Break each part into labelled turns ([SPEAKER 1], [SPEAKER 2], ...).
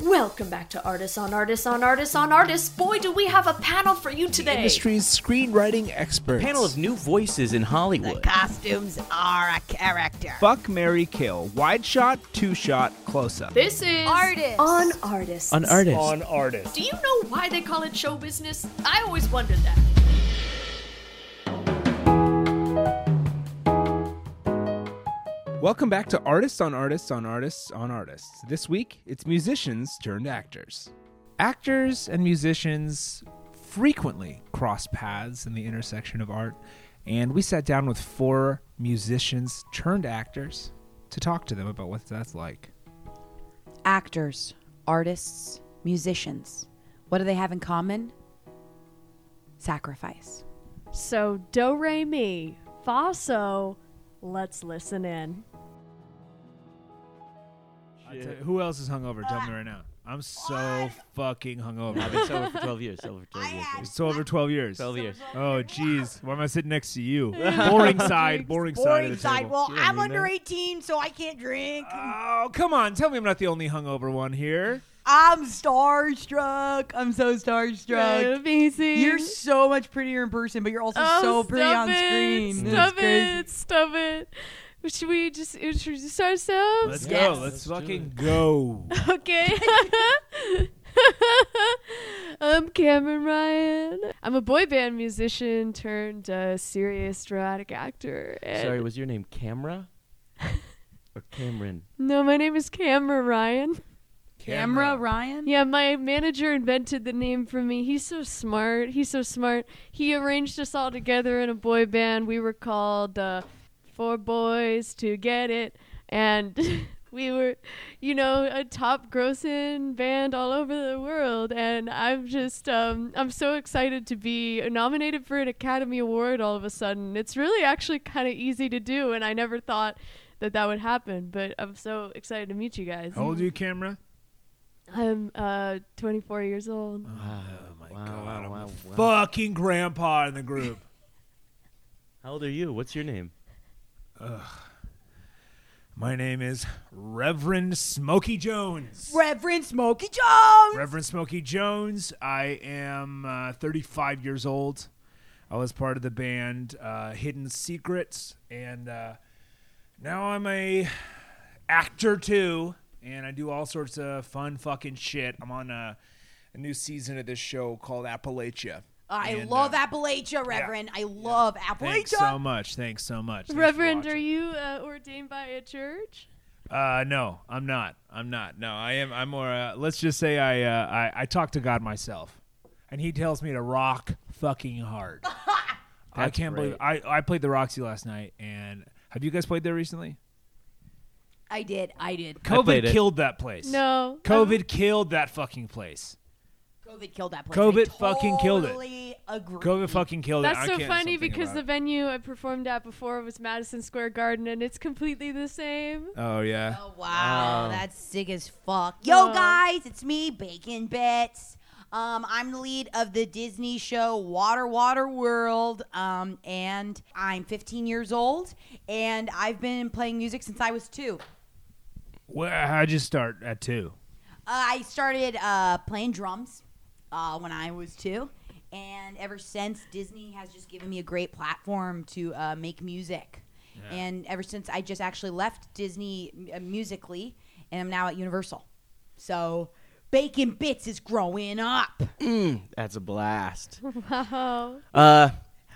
[SPEAKER 1] Welcome back to Artists on Artists on Artists on Artists. Boy, do we have a panel for you today.
[SPEAKER 2] Industry's screenwriting experts.
[SPEAKER 3] panel of new voices in
[SPEAKER 4] The
[SPEAKER 3] Hollywood.
[SPEAKER 4] costumes are a character.
[SPEAKER 5] Fuck Mary Kill. Wide shot, two shot, close up.
[SPEAKER 1] This is
[SPEAKER 4] Artists.
[SPEAKER 1] on Artists.
[SPEAKER 3] An artist.
[SPEAKER 6] on artists.
[SPEAKER 1] Do you know why they call it show business? I always wondered that.
[SPEAKER 5] Welcome back to Artists on Artists on Artists on Artists. This week, it's musicians turned actors. Actors and musicians frequently cross paths in the intersection of art, and we sat down with four musicians turned actors to talk to them about what that's like.
[SPEAKER 7] actors, artists, musicians. What do they have in common? Sacrifice.
[SPEAKER 8] So do re mi fa so. Let's listen in.
[SPEAKER 5] who else is hungover? Tell me right now. I'm so fucking hungover.
[SPEAKER 3] It's over for 12 years. Over 12 years.
[SPEAKER 5] It's over 12 years.
[SPEAKER 3] 12 years.
[SPEAKER 5] Oh, jeez. Why am I sitting next to you? boring side. Boring, side. Of
[SPEAKER 4] Boring
[SPEAKER 5] the
[SPEAKER 4] side.
[SPEAKER 5] table.
[SPEAKER 4] Well,
[SPEAKER 5] You don't
[SPEAKER 4] I'm
[SPEAKER 5] mean
[SPEAKER 4] under
[SPEAKER 5] that.
[SPEAKER 4] 18, so I can't drink.
[SPEAKER 5] Oh, come on. Tell me I'm not the only hungover one here.
[SPEAKER 4] I'm starstruck. I'm so starstruck.
[SPEAKER 8] Amazing.
[SPEAKER 4] You're so much prettier in person, but you're also
[SPEAKER 8] Oh,
[SPEAKER 4] so pretty
[SPEAKER 8] stop
[SPEAKER 4] on
[SPEAKER 8] it,
[SPEAKER 4] screen. That's
[SPEAKER 8] Stop
[SPEAKER 4] crazy.
[SPEAKER 8] it. Stop it. Should we just introduce ourselves?
[SPEAKER 5] Let's
[SPEAKER 4] Yes.
[SPEAKER 5] go. Let's fucking go.
[SPEAKER 8] Okay. I'm Cameron Ryan. I'm a boy band musician turned uh, serious dramatic actor. And
[SPEAKER 3] Sorry, was your name Camera? Or Cameron?
[SPEAKER 8] No, my name is Cameron Ryan.
[SPEAKER 7] Camera Ryan?
[SPEAKER 8] Yeah, my manager invented the name for me. He's so smart. He's so smart. He arranged us all together in a boy band. We were called uh, Four Boys to Get It. And we were, you know, a top grossing band all over the world. And I'm just, um, I'm so excited to be nominated for an Academy Award all of a sudden. It's really actually kind of easy to do. And I never thought that that would happen. But I'm so excited to meet you guys.
[SPEAKER 5] How old are you, camera?
[SPEAKER 8] I'm uh 24 years old.
[SPEAKER 5] Oh, my
[SPEAKER 3] Wow, wow, wow, wow.
[SPEAKER 5] Fucking grandpa in the group.
[SPEAKER 3] How old are you? What's your name?
[SPEAKER 5] my name is Reverend Smokey Jones.
[SPEAKER 4] Reverend Smokey Jones.
[SPEAKER 5] Reverend Smokey Jones. I am uh, 35 years old. I was part of the band uh, Hidden Secrets, and uh, now I'm a actor too, and I do all sorts of fun fucking shit. I'm on a, a new season of this show called Appalachia.
[SPEAKER 4] I
[SPEAKER 5] And,
[SPEAKER 4] love
[SPEAKER 5] uh,
[SPEAKER 4] Appalachia, Reverend. I love Appalachia.
[SPEAKER 5] Thanks um, so much. Thanks so much. Thanks for
[SPEAKER 8] Reverend,
[SPEAKER 5] watching.
[SPEAKER 8] are you uh, ordained by a church?
[SPEAKER 5] Uh, no, I'm not. I'm not. No, I am. I'm more. Uh, let's just say I, uh, I I talk to God myself, and He tells me to rock fucking hard. I
[SPEAKER 3] That's
[SPEAKER 5] can't believe I I played the Roxy last night, and have you guys played there recently?
[SPEAKER 4] I did. I did.
[SPEAKER 3] played
[SPEAKER 5] COVID
[SPEAKER 3] it.
[SPEAKER 5] killed that place.
[SPEAKER 8] No. Um,
[SPEAKER 5] COVID killed that fucking place.
[SPEAKER 4] COVID killed that place.
[SPEAKER 5] COVID
[SPEAKER 4] I
[SPEAKER 5] fucking killed it.
[SPEAKER 4] totally Agree.
[SPEAKER 5] COVID fucking killed it.
[SPEAKER 8] That's
[SPEAKER 5] I
[SPEAKER 8] so
[SPEAKER 5] can't do
[SPEAKER 8] funny
[SPEAKER 5] something
[SPEAKER 8] because the
[SPEAKER 5] about
[SPEAKER 8] venue I performed at before was Madison Square Garden and it's completely the same.
[SPEAKER 5] it. Oh yeah.
[SPEAKER 4] Oh wow,
[SPEAKER 3] Wow.
[SPEAKER 4] that's sick as fuck. Yo
[SPEAKER 8] Wow.
[SPEAKER 4] guys, it's me, Bacon Bits. Um, I'm the lead of the Disney show Water Water World, um, and I'm 15 years old, and I've been playing music since I was two.
[SPEAKER 5] Well, how'd you start at two?
[SPEAKER 4] Uh, I started uh, playing drums uh, when I was two, and ever since Disney has just given me a great platform to uh, make music. And ever since I just actually left Disney m- uh, musically, and I'm now at Universal. So Bacon Bits is growing up.
[SPEAKER 3] That's a blast.
[SPEAKER 8] Wow.
[SPEAKER 3] Uh,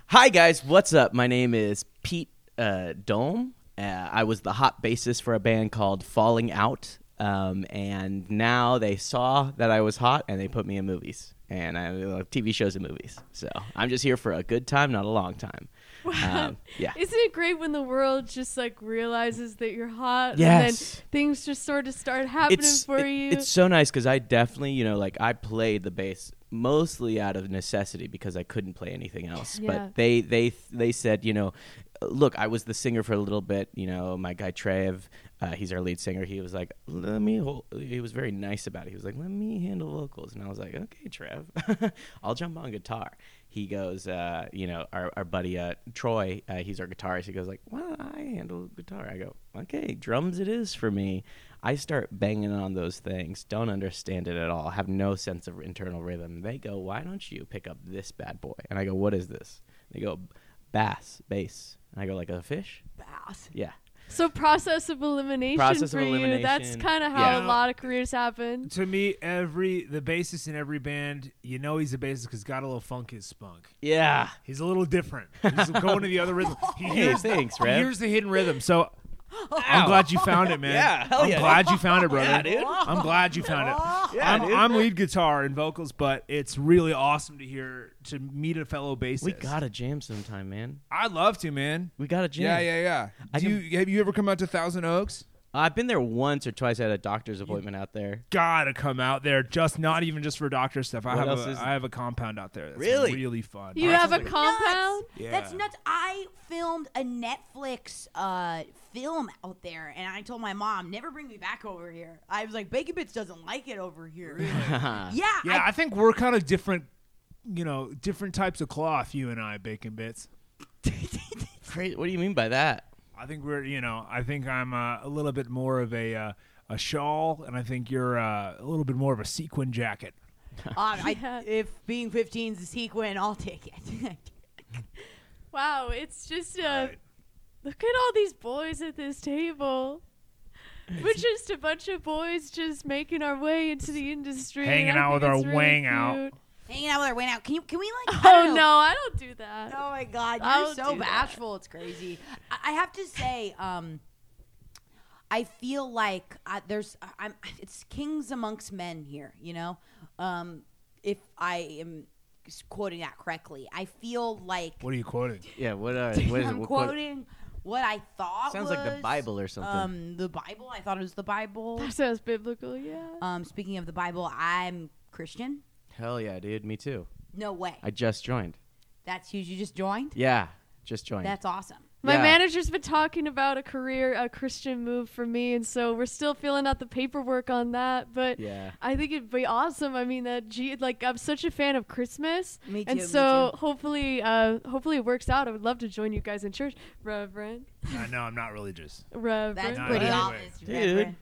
[SPEAKER 3] hi guys, what's up? My name is Pete uh, Dome. Uh, I was the hot bassist for a band called Falling Out, um, and now they saw that I was hot and they put me in movies and I love TV shows and movies. So I'm just here for a good time, not a long time. Um, yeah.
[SPEAKER 8] Isn't it great when the world just like realizes that you're hot and
[SPEAKER 3] Yes.
[SPEAKER 8] then things just sort of start happening for
[SPEAKER 3] it-
[SPEAKER 8] you?
[SPEAKER 3] It's so nice because I definitely, you know, like I played the bass mostly out of necessity because I couldn't play anything else.
[SPEAKER 8] Yeah.
[SPEAKER 3] But they they they said, you know, look, I was the singer for a little bit. You know, my guy Trev, uh, he's our lead singer. He was like, let me. Hold, he was very nice about it. He was like, let me handle vocals, and I was like, okay, Trev, I'll jump on guitar. He goes, uh, you know, our, our buddy uh, Troy, uh, he's our guitarist. He goes like, well, I handle guitar. I go, okay, drums it is for me. I start banging on those things, don't understand it at all, have no sense of internal rhythm. They go, Why don't you pick up this bad boy? And I go, What is this? They go, Bass, bass. And I go, Like a fish?
[SPEAKER 4] Bass.
[SPEAKER 3] Yeah.
[SPEAKER 8] So process of elimination
[SPEAKER 3] Process
[SPEAKER 8] for
[SPEAKER 3] of
[SPEAKER 8] you. That's
[SPEAKER 3] elimination.
[SPEAKER 8] kind of how
[SPEAKER 5] Yeah.
[SPEAKER 8] a lot of careers happen.
[SPEAKER 5] To me, every the bassist in every band, you know he's a bassist because got a little funk his spunk.
[SPEAKER 3] Yeah.
[SPEAKER 5] He's a little different. He's going to the other rhythm. He
[SPEAKER 3] Hey,
[SPEAKER 5] hears,
[SPEAKER 3] thanks,
[SPEAKER 5] he
[SPEAKER 3] Rev.
[SPEAKER 5] hears the hidden rhythm. So I'm glad you found it, man.
[SPEAKER 3] Yeah, hell
[SPEAKER 5] I'm
[SPEAKER 3] yeah.
[SPEAKER 5] glad you found it, brother.
[SPEAKER 3] Yeah, dude.
[SPEAKER 5] I'm glad you found it.
[SPEAKER 3] Yeah,
[SPEAKER 5] I'm,
[SPEAKER 3] dude.
[SPEAKER 5] I'm lead guitar and vocals, but it's really awesome to hear to meet a fellow bassist.
[SPEAKER 3] We gotta jam sometime, man.
[SPEAKER 5] I'd love to, man.
[SPEAKER 3] We gotta jam.
[SPEAKER 5] Yeah, yeah, yeah.
[SPEAKER 3] I
[SPEAKER 5] Do you have you ever come out to Thousand Oaks?
[SPEAKER 3] I've been there once or twice at a doctor's appointment out there.
[SPEAKER 5] Gotta come out there. Just not even just for doctor stuff. I
[SPEAKER 3] What
[SPEAKER 5] have
[SPEAKER 3] else
[SPEAKER 5] a,
[SPEAKER 3] is-
[SPEAKER 5] I have a compound out there. That's
[SPEAKER 3] Really?
[SPEAKER 5] really fun.
[SPEAKER 8] You have a compound?
[SPEAKER 5] Yeah.
[SPEAKER 4] That's nuts. I filmed a Netflix uh, film out there, and I told my mom, never bring me back over here. I was like, Bacon Bits doesn't like it over here. yeah.
[SPEAKER 5] Yeah,
[SPEAKER 4] I-
[SPEAKER 5] I, think we're kind of different. You know, different types of cloth. You and I, bacon bits.
[SPEAKER 3] Crazy. What do you mean by that?
[SPEAKER 5] I think we're. You know, I think I'm uh, a little bit more of a uh, a shawl, and I think you're uh, a little bit more of a sequin jacket.
[SPEAKER 4] Uh, I-
[SPEAKER 8] Yeah.
[SPEAKER 4] if being 15 is a sequin, I'll take it.
[SPEAKER 8] Wow, it's just uh,
[SPEAKER 5] Right.
[SPEAKER 8] look at all these boys at this table. We're just a bunch of boys just making our way into the industry.
[SPEAKER 5] Hanging
[SPEAKER 8] I
[SPEAKER 5] out with
[SPEAKER 8] think
[SPEAKER 5] our
[SPEAKER 8] it's really
[SPEAKER 5] wang out.
[SPEAKER 8] cute.
[SPEAKER 4] Hanging out with her went out. Can you? Can we like? I
[SPEAKER 8] Oh
[SPEAKER 4] don't know.
[SPEAKER 8] no, I don't do that.
[SPEAKER 4] Oh my god, you're
[SPEAKER 8] I'll
[SPEAKER 4] so
[SPEAKER 8] do that.
[SPEAKER 4] bashful. It's crazy. I, I have to say, um, I feel like I, there's I- I'm it's kings amongst men here. You know, um, if I am s- quoting that correctly, I feel like
[SPEAKER 5] What are you quoting?
[SPEAKER 3] Yeah. What? Are, what is it?
[SPEAKER 4] I'm
[SPEAKER 3] What- what-
[SPEAKER 4] quoting what I thought
[SPEAKER 3] Sounds like the
[SPEAKER 4] was,
[SPEAKER 3] Bible or something.
[SPEAKER 4] Um, the Bible. I thought it was the Bible.
[SPEAKER 8] That sounds biblical, yeah.
[SPEAKER 4] Um, speaking of the Bible, I'm Christian.
[SPEAKER 3] Hell yeah, dude. Me too.
[SPEAKER 4] No way.
[SPEAKER 3] I just joined.
[SPEAKER 4] That's huge. You just joined.
[SPEAKER 3] Yeah, just joined.
[SPEAKER 4] That's awesome.
[SPEAKER 8] My
[SPEAKER 3] Yeah.
[SPEAKER 8] manager's been talking about a career, a Christian move for me, and so we're still filling out the paperwork on that. But
[SPEAKER 3] Yeah.
[SPEAKER 8] I think it'd be awesome. I mean, that G, like I'm such a fan of Christmas,
[SPEAKER 4] Me
[SPEAKER 8] and
[SPEAKER 4] too, me
[SPEAKER 8] so
[SPEAKER 4] too.
[SPEAKER 8] hopefully, uh, hopefully it works out. I would love to join you guys in church, Reverend.
[SPEAKER 5] I know Uh, I'm not religious.
[SPEAKER 8] Reverend.
[SPEAKER 4] That's
[SPEAKER 5] Nah,
[SPEAKER 4] pretty
[SPEAKER 5] anyway.
[SPEAKER 4] honest,
[SPEAKER 3] Dude.
[SPEAKER 4] Reverend.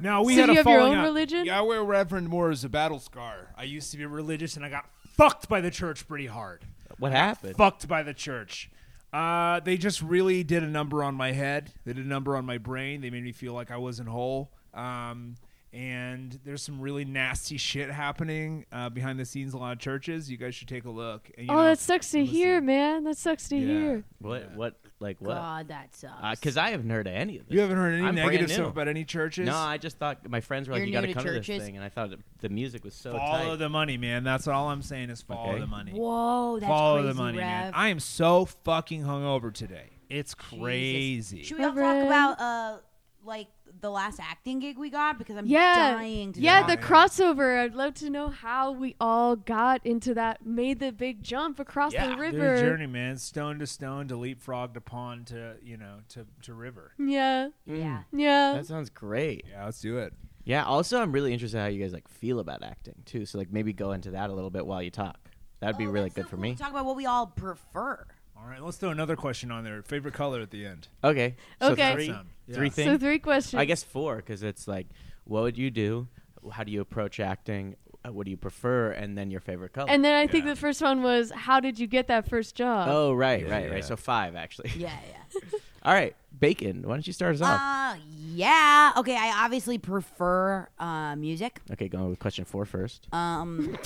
[SPEAKER 5] No, we
[SPEAKER 8] So
[SPEAKER 5] had
[SPEAKER 8] you
[SPEAKER 5] a
[SPEAKER 8] have your
[SPEAKER 5] falling
[SPEAKER 8] own
[SPEAKER 5] out.
[SPEAKER 8] religion?
[SPEAKER 5] Yeah, I wear Reverend more as a battle scar. I used to be religious, and I got fucked by the church pretty hard.
[SPEAKER 3] what happened?
[SPEAKER 5] Fucked by the church. Uh, they just really did a number on my head. They did a number on my brain. They made me feel like I wasn't whole. Um, and there's some really nasty shit happening uh, behind the scenes. in A lot of churches. You guys should take a look. And, you
[SPEAKER 8] oh,
[SPEAKER 5] know,
[SPEAKER 8] that sucks to
[SPEAKER 5] listen.
[SPEAKER 8] hear, man. That sucks to
[SPEAKER 5] Yeah.
[SPEAKER 8] hear.
[SPEAKER 3] What? What? Like what?
[SPEAKER 4] God, that sucks.
[SPEAKER 3] Because I haven't heard of any of this.
[SPEAKER 5] You haven't heard any
[SPEAKER 3] I'm brand
[SPEAKER 5] negative
[SPEAKER 3] new.
[SPEAKER 5] stuff about any churches.
[SPEAKER 3] No, I just thought my friends were like,
[SPEAKER 4] You're
[SPEAKER 3] "You got
[SPEAKER 4] new
[SPEAKER 3] to
[SPEAKER 4] to
[SPEAKER 3] come to
[SPEAKER 4] churches?
[SPEAKER 3] this thing," and I thought it, the music was so
[SPEAKER 5] follow
[SPEAKER 3] tight.
[SPEAKER 5] the money, man. That's all I'm saying is follow
[SPEAKER 3] Okay.
[SPEAKER 5] the money.
[SPEAKER 4] Whoa, that's
[SPEAKER 5] follow
[SPEAKER 4] crazy,
[SPEAKER 5] the money,
[SPEAKER 4] Rev.
[SPEAKER 5] man. I am so fucking hungover today. It's crazy.
[SPEAKER 4] Should we all talk
[SPEAKER 8] Reverend.
[SPEAKER 4] about uh like the last acting gig we got because I'm
[SPEAKER 8] Yeah,
[SPEAKER 4] dying to
[SPEAKER 8] yeah,
[SPEAKER 4] talk.
[SPEAKER 8] the crossover. I'd love to know how we all got into that, made the big jump across the
[SPEAKER 5] There's
[SPEAKER 8] river.
[SPEAKER 5] journey, man. Stone to stone to leapfrog to pond to you know to to river.
[SPEAKER 8] Yeah,
[SPEAKER 3] Mm.
[SPEAKER 4] yeah.
[SPEAKER 8] yeah.
[SPEAKER 3] That sounds great.
[SPEAKER 5] Yeah, let's do it.
[SPEAKER 3] Yeah. Also, I'm really interested how you guys like feel about acting too. So like maybe go into that a little bit while you talk. That'd be
[SPEAKER 4] Oh,
[SPEAKER 3] really
[SPEAKER 4] that's so
[SPEAKER 3] good for
[SPEAKER 4] cool.
[SPEAKER 3] me.
[SPEAKER 4] Talk about what we all prefer.
[SPEAKER 5] All right, let's throw another question on there. Favorite color at the end.
[SPEAKER 3] Okay. So
[SPEAKER 8] Okay.
[SPEAKER 3] Three,
[SPEAKER 5] Awesome. Yeah.
[SPEAKER 3] three
[SPEAKER 5] So
[SPEAKER 3] things.
[SPEAKER 8] So three questions.
[SPEAKER 3] I guess four because it's like, what would you do? How do you approach acting? Uh, What do you prefer? And then your favorite color.
[SPEAKER 8] And then I think
[SPEAKER 5] Yeah.
[SPEAKER 8] the first one was, how did you get that first job?
[SPEAKER 3] oh right, right,
[SPEAKER 5] yeah.
[SPEAKER 3] right. So five actually.
[SPEAKER 4] Yeah, yeah.
[SPEAKER 3] All right, bacon. Why don't you start us off?
[SPEAKER 4] uh, yeah. Okay, I obviously prefer uh, music.
[SPEAKER 3] okay, going with question four first.
[SPEAKER 4] Um,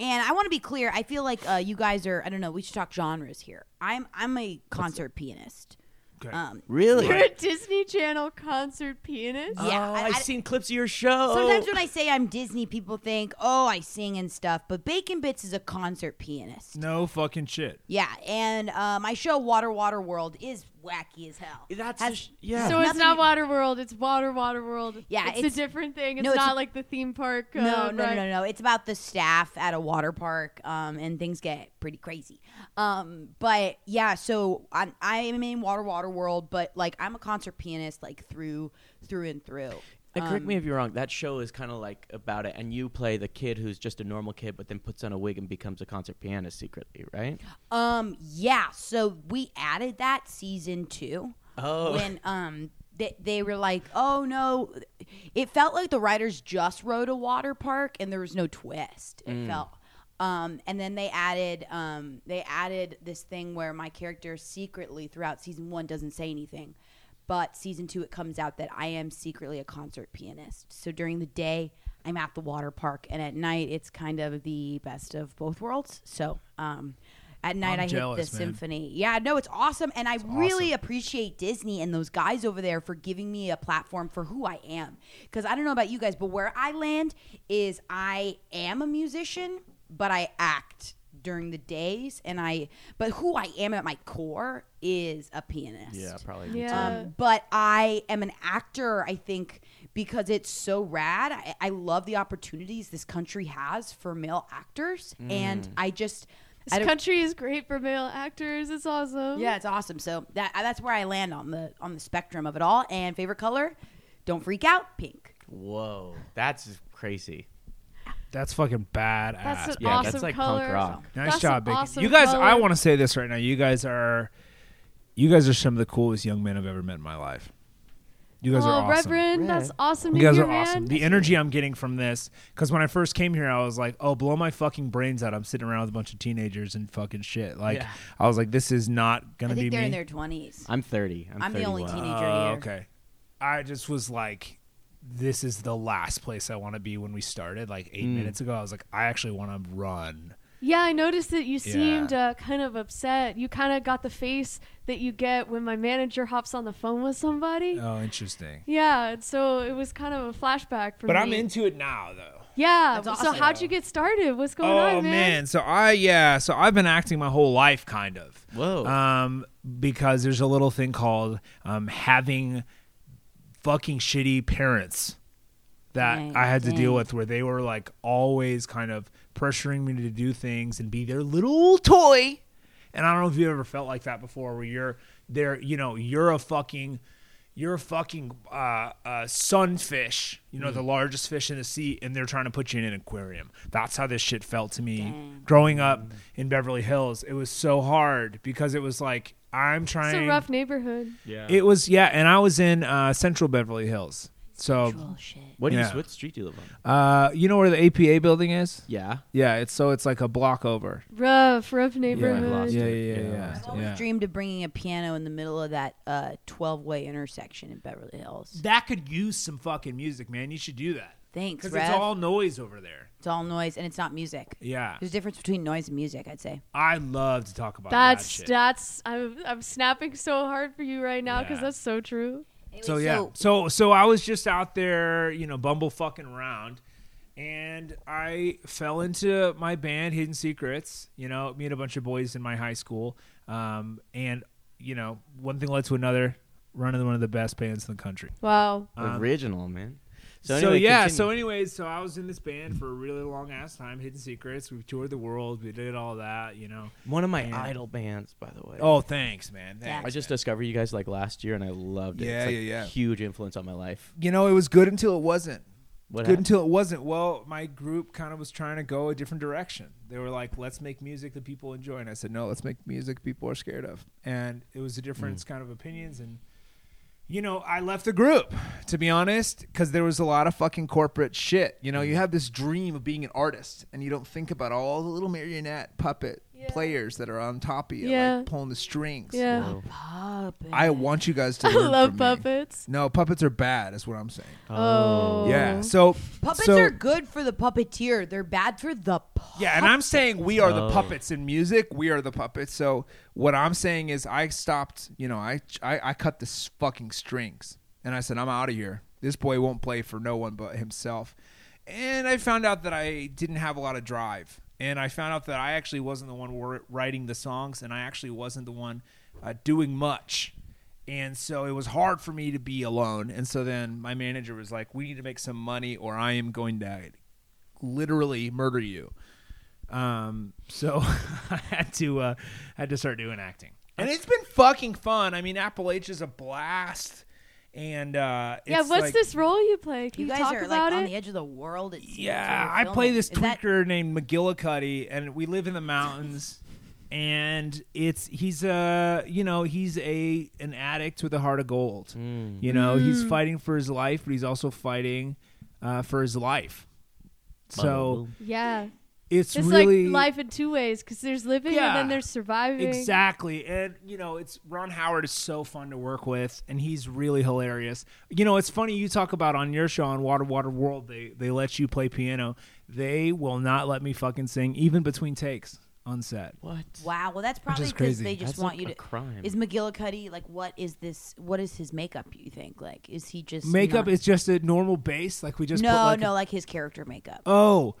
[SPEAKER 4] and I want to be clear. I feel like uh, you guys are. I don't know. We should talk genres here. I'm I'm a concert pianist.
[SPEAKER 5] Okay.
[SPEAKER 4] Um,
[SPEAKER 3] really?
[SPEAKER 8] You're
[SPEAKER 5] Oh.
[SPEAKER 8] a Disney Channel concert pianist?
[SPEAKER 4] yeah.
[SPEAKER 3] Oh,
[SPEAKER 4] I-
[SPEAKER 3] I've
[SPEAKER 4] I-
[SPEAKER 3] seen clips of your show.
[SPEAKER 4] Sometimes when I say I'm Disney, people think, oh, I sing and stuff. But Bacon Bits is a concert pianist.
[SPEAKER 5] No fucking shit.
[SPEAKER 4] Yeah, and uh, my show Water Water World is wacky as hell.
[SPEAKER 3] that's
[SPEAKER 4] Has-
[SPEAKER 3] a sh- yeah.
[SPEAKER 8] So it's
[SPEAKER 4] Nothing-
[SPEAKER 8] not Waterworld, it's Water Waterworld.
[SPEAKER 4] Yeah,
[SPEAKER 8] it's,
[SPEAKER 4] it's-
[SPEAKER 8] a different thing. It's
[SPEAKER 4] no, it's
[SPEAKER 8] not
[SPEAKER 4] a-
[SPEAKER 8] like the theme park. Uh,
[SPEAKER 4] no, no,
[SPEAKER 8] right?
[SPEAKER 4] no, no, no. It's about the staff at a water park, um, and things get pretty crazy. Um, but yeah, so I'm, I am in Water Water World, but like I'm a concert pianist, like through, through and through.
[SPEAKER 3] And correct
[SPEAKER 4] Um,
[SPEAKER 3] me if you're wrong. That show is kind of like about it, and you play the kid who's just a normal kid, but then puts on a wig and becomes a concert pianist secretly, right?
[SPEAKER 4] Um, yeah. So we added that season two.
[SPEAKER 3] Oh.
[SPEAKER 4] When um, they, they were like, oh no. It felt like the writers just wrote a water park and there was no twist.
[SPEAKER 5] Mm.
[SPEAKER 4] It felt. Um, and then they added um, they added this thing where my character secretly throughout season one doesn't say anything, but season two it comes out that I am secretly a concert pianist. So during the day I'm at the water park and at night it's kind of the best of both worlds. So um, at night
[SPEAKER 5] I'm
[SPEAKER 4] I hit
[SPEAKER 5] jealous,
[SPEAKER 4] the
[SPEAKER 5] man.
[SPEAKER 4] symphony. Yeah, no, it's awesome, and I really appreciate Disney and those guys over there for giving me a platform for who I am. Because I don't know about you guys, but where I land is I am a musician, but I act during the days, and I but who I am at my core is a pianist.
[SPEAKER 3] Yeah, probably.
[SPEAKER 8] Yeah.
[SPEAKER 4] Um, but I am an actor, I think, because it's so rad. I, I love the opportunities this country has for male actors. And I just. I
[SPEAKER 8] This
[SPEAKER 4] don't-
[SPEAKER 8] country is great for male actors. It's awesome.
[SPEAKER 4] yeah, it's awesome. So that uh, that's where I land on the on the spectrum of it all. And favorite color, don't freak out, pink.
[SPEAKER 3] Whoa, that's crazy.
[SPEAKER 5] That's fucking badass.
[SPEAKER 8] That's an
[SPEAKER 3] Yeah, that's
[SPEAKER 8] awesome
[SPEAKER 3] like punk
[SPEAKER 8] color.
[SPEAKER 3] rock.
[SPEAKER 5] Nice
[SPEAKER 8] That's
[SPEAKER 5] job,
[SPEAKER 8] an
[SPEAKER 5] Big.
[SPEAKER 8] awesome
[SPEAKER 5] you guys,
[SPEAKER 8] color.
[SPEAKER 5] I want to say this right now. You guys are, you guys are some of the coolest young men I've ever met in my life. You guys
[SPEAKER 8] oh,
[SPEAKER 5] are awesome.
[SPEAKER 8] Reverend, that's awesome.
[SPEAKER 5] You
[SPEAKER 8] to
[SPEAKER 5] guys
[SPEAKER 8] hear,
[SPEAKER 5] are awesome.
[SPEAKER 8] man.
[SPEAKER 5] The energy I'm getting from this, because when I first came here, I was like, "Oh, blow my fucking brains out!" I'm sitting around with a bunch of teenagers and fucking shit. Like,
[SPEAKER 3] Yeah.
[SPEAKER 5] I was like, "This is not
[SPEAKER 4] I
[SPEAKER 5] gonna
[SPEAKER 4] think
[SPEAKER 5] be
[SPEAKER 4] they're
[SPEAKER 5] me."
[SPEAKER 4] in their twenties.
[SPEAKER 3] I'm 30. I'm,
[SPEAKER 4] I'm the only
[SPEAKER 3] 31.
[SPEAKER 4] teenager
[SPEAKER 5] Oh,
[SPEAKER 4] here.
[SPEAKER 5] okay. I just was like, "This is the last place I want to be." When we started, like eight minutes ago, I was like, "I actually want to run."
[SPEAKER 8] Yeah, I noticed that you seemed uh, kind of upset. You kind of got the face that you get when my manager hops on the phone with somebody.
[SPEAKER 5] Oh, interesting.
[SPEAKER 8] yeah, and so it was kind of a flashback for me.
[SPEAKER 5] But I'm into it now, though.
[SPEAKER 8] Yeah.
[SPEAKER 4] That's
[SPEAKER 8] So
[SPEAKER 4] awesome.
[SPEAKER 8] how'd you get started? What's going
[SPEAKER 5] oh
[SPEAKER 8] on, man?
[SPEAKER 5] so i yeah so i've been acting my whole life kind of
[SPEAKER 3] Whoa.
[SPEAKER 5] um because there's a little thing called um having fucking shitty parents that
[SPEAKER 4] Right,
[SPEAKER 5] i had to deal
[SPEAKER 4] dang.
[SPEAKER 5] with where they were like always kind of pressuring me to do things and be their little toy and i don't know if you ever felt like that before where you're there you know you're a fucking you're a fucking uh, uh, sunfish, you
[SPEAKER 8] Mm.
[SPEAKER 5] know, the largest fish in the sea, and they're trying to put you in an aquarium. That's how this shit felt to me growing
[SPEAKER 8] Mm.
[SPEAKER 5] up in Beverly Hills. It was so hard because it was like, I'm
[SPEAKER 8] It's
[SPEAKER 5] trying.
[SPEAKER 8] a rough neighborhood.
[SPEAKER 5] It was, yeah, and I was in uh, central Beverly Hills. So,
[SPEAKER 4] Bullshit.
[SPEAKER 3] What do you?
[SPEAKER 5] Yeah.
[SPEAKER 3] What street do you live on?
[SPEAKER 5] uh, you know where the APA building is?
[SPEAKER 3] Yeah.
[SPEAKER 5] Yeah, it's so it's like a block over.
[SPEAKER 8] Rough, rough
[SPEAKER 3] I've
[SPEAKER 8] neighborhood.
[SPEAKER 3] lost
[SPEAKER 5] Yeah,
[SPEAKER 3] it.
[SPEAKER 5] yeah, yeah,
[SPEAKER 3] Yeah,
[SPEAKER 5] yeah.
[SPEAKER 3] I've
[SPEAKER 4] I always
[SPEAKER 5] yeah.
[SPEAKER 4] dreamed of bringing a piano in the middle of that uh, 12-way intersection in Beverly Hills.
[SPEAKER 5] That could use some fucking music, man. You should do that
[SPEAKER 4] Thanks,
[SPEAKER 5] because
[SPEAKER 4] Rev.
[SPEAKER 5] it's all noise over there.
[SPEAKER 4] it's all noise and it's not music.
[SPEAKER 5] Yeah,
[SPEAKER 4] There's a difference between noise and music, I'd say.
[SPEAKER 5] I love to talk about that
[SPEAKER 8] That's
[SPEAKER 5] shit.
[SPEAKER 8] that's I'm I'm snapping so hard for you right now because
[SPEAKER 5] Yeah.
[SPEAKER 8] that's so true.
[SPEAKER 5] So yeah. So so I was just out there, you know, bumble fucking around, and I fell into my band, Hidden Secrets. You know, me and a bunch of boys in my high school, um, and you know, one thing led to another. Running one of the best bands in the country.
[SPEAKER 8] Wow.
[SPEAKER 3] um, Original man.
[SPEAKER 5] So,
[SPEAKER 3] anyway,
[SPEAKER 5] yeah.
[SPEAKER 3] continue.
[SPEAKER 5] So anyways, so I was in this band for a really long ass time. Hidden Secrets. We toured the world. We did all that. You know.
[SPEAKER 3] one of my
[SPEAKER 5] Yeah.
[SPEAKER 3] idol bands, by the way.
[SPEAKER 5] Oh, thanks, man. Thanks.
[SPEAKER 3] I just discovered you guys like last year, and I loved it.
[SPEAKER 5] Yeah,
[SPEAKER 3] It's, like,
[SPEAKER 5] yeah, yeah.
[SPEAKER 3] Huge influence on my life.
[SPEAKER 5] you know, it was good until it wasn't.
[SPEAKER 3] What
[SPEAKER 5] good
[SPEAKER 3] happened?
[SPEAKER 5] until it wasn't. Well, my group kind of was trying to go a different direction. They were like, "Let's make music that people enjoy," and I said, "No, let's make music people are scared of." And it was a different kind of opinions. And you know, I left the group to be honest because there was a lot of fucking corporate shit. You know, you have this dream of being an artist, and you don't think about all the little marionette puppet players that are on top of you,
[SPEAKER 8] Yeah.
[SPEAKER 5] like pulling the strings.
[SPEAKER 8] Yeah.
[SPEAKER 3] Whoa.
[SPEAKER 5] I want you guys to
[SPEAKER 8] I
[SPEAKER 5] learn
[SPEAKER 8] love
[SPEAKER 5] from me.
[SPEAKER 8] puppets.
[SPEAKER 5] No, puppets are bad. Is what I'm saying.
[SPEAKER 8] Oh.
[SPEAKER 5] Yeah. So
[SPEAKER 4] Puppets
[SPEAKER 5] so-
[SPEAKER 4] are good for the puppeteer. They're bad for the puppet.
[SPEAKER 5] Yeah, and I'm saying we are the
[SPEAKER 3] Oh.
[SPEAKER 5] puppets in music. We are the puppets. So what I'm saying is, I stopped. You know, I I, I cut the s- fucking strings, and I said, I'm out of here. This boy won't play for no one but himself. And I found out that I didn't have a lot of drive, and I found out that I actually wasn't the one wor- writing the songs, and I actually wasn't the one uh, doing much. And so it was hard for me to be alone. And so then my manager was like, "We need to make some money, or I am going to literally murder you." Um, so I had to uh, had to start doing acting, and it's been fucking fun. I mean, Appalachia's a blast, and uh,
[SPEAKER 8] Yeah,
[SPEAKER 5] it's
[SPEAKER 8] what's
[SPEAKER 5] like-
[SPEAKER 8] this role you play? Can
[SPEAKER 4] You
[SPEAKER 8] you,
[SPEAKER 4] guys
[SPEAKER 8] talk
[SPEAKER 4] are like
[SPEAKER 8] about
[SPEAKER 4] on
[SPEAKER 8] it?
[SPEAKER 4] the edge of the world. It seems, when
[SPEAKER 5] Yeah,
[SPEAKER 4] you're
[SPEAKER 5] I play
[SPEAKER 4] filming.
[SPEAKER 5] this
[SPEAKER 4] Is that-
[SPEAKER 5] tweaker named McGillicuddy, and we live in the mountains. and it's he's a you know he's a an addict with a heart of gold. You know he's
[SPEAKER 8] Mm.
[SPEAKER 5] fighting for his life, but he's also fighting uh, for his life. So
[SPEAKER 8] Yeah.
[SPEAKER 5] it's,
[SPEAKER 8] It's
[SPEAKER 5] really
[SPEAKER 8] like life in two ways because there's living
[SPEAKER 5] Yeah.
[SPEAKER 8] and then there's surviving.
[SPEAKER 5] Exactly. And you know, it's Ron Howard is so fun to work with and he's really hilarious. You know, it's funny you talk about on your show on Water Water World, they they let you play piano. They will not let me fucking sing even between takes on set.
[SPEAKER 3] what?
[SPEAKER 4] Wow. Well, that's probably
[SPEAKER 5] is
[SPEAKER 4] because
[SPEAKER 5] crazy.
[SPEAKER 4] they just
[SPEAKER 3] That's
[SPEAKER 4] want
[SPEAKER 3] like
[SPEAKER 4] you
[SPEAKER 3] a
[SPEAKER 4] to.
[SPEAKER 3] crime.
[SPEAKER 4] Is McGillicuddy like? What is this? What is his makeup? You think like? Is he just
[SPEAKER 5] Makeup
[SPEAKER 4] not-
[SPEAKER 5] is just a normal base like we just
[SPEAKER 4] no,
[SPEAKER 5] put like a-
[SPEAKER 4] no, like his character makeup.
[SPEAKER 5] Oh.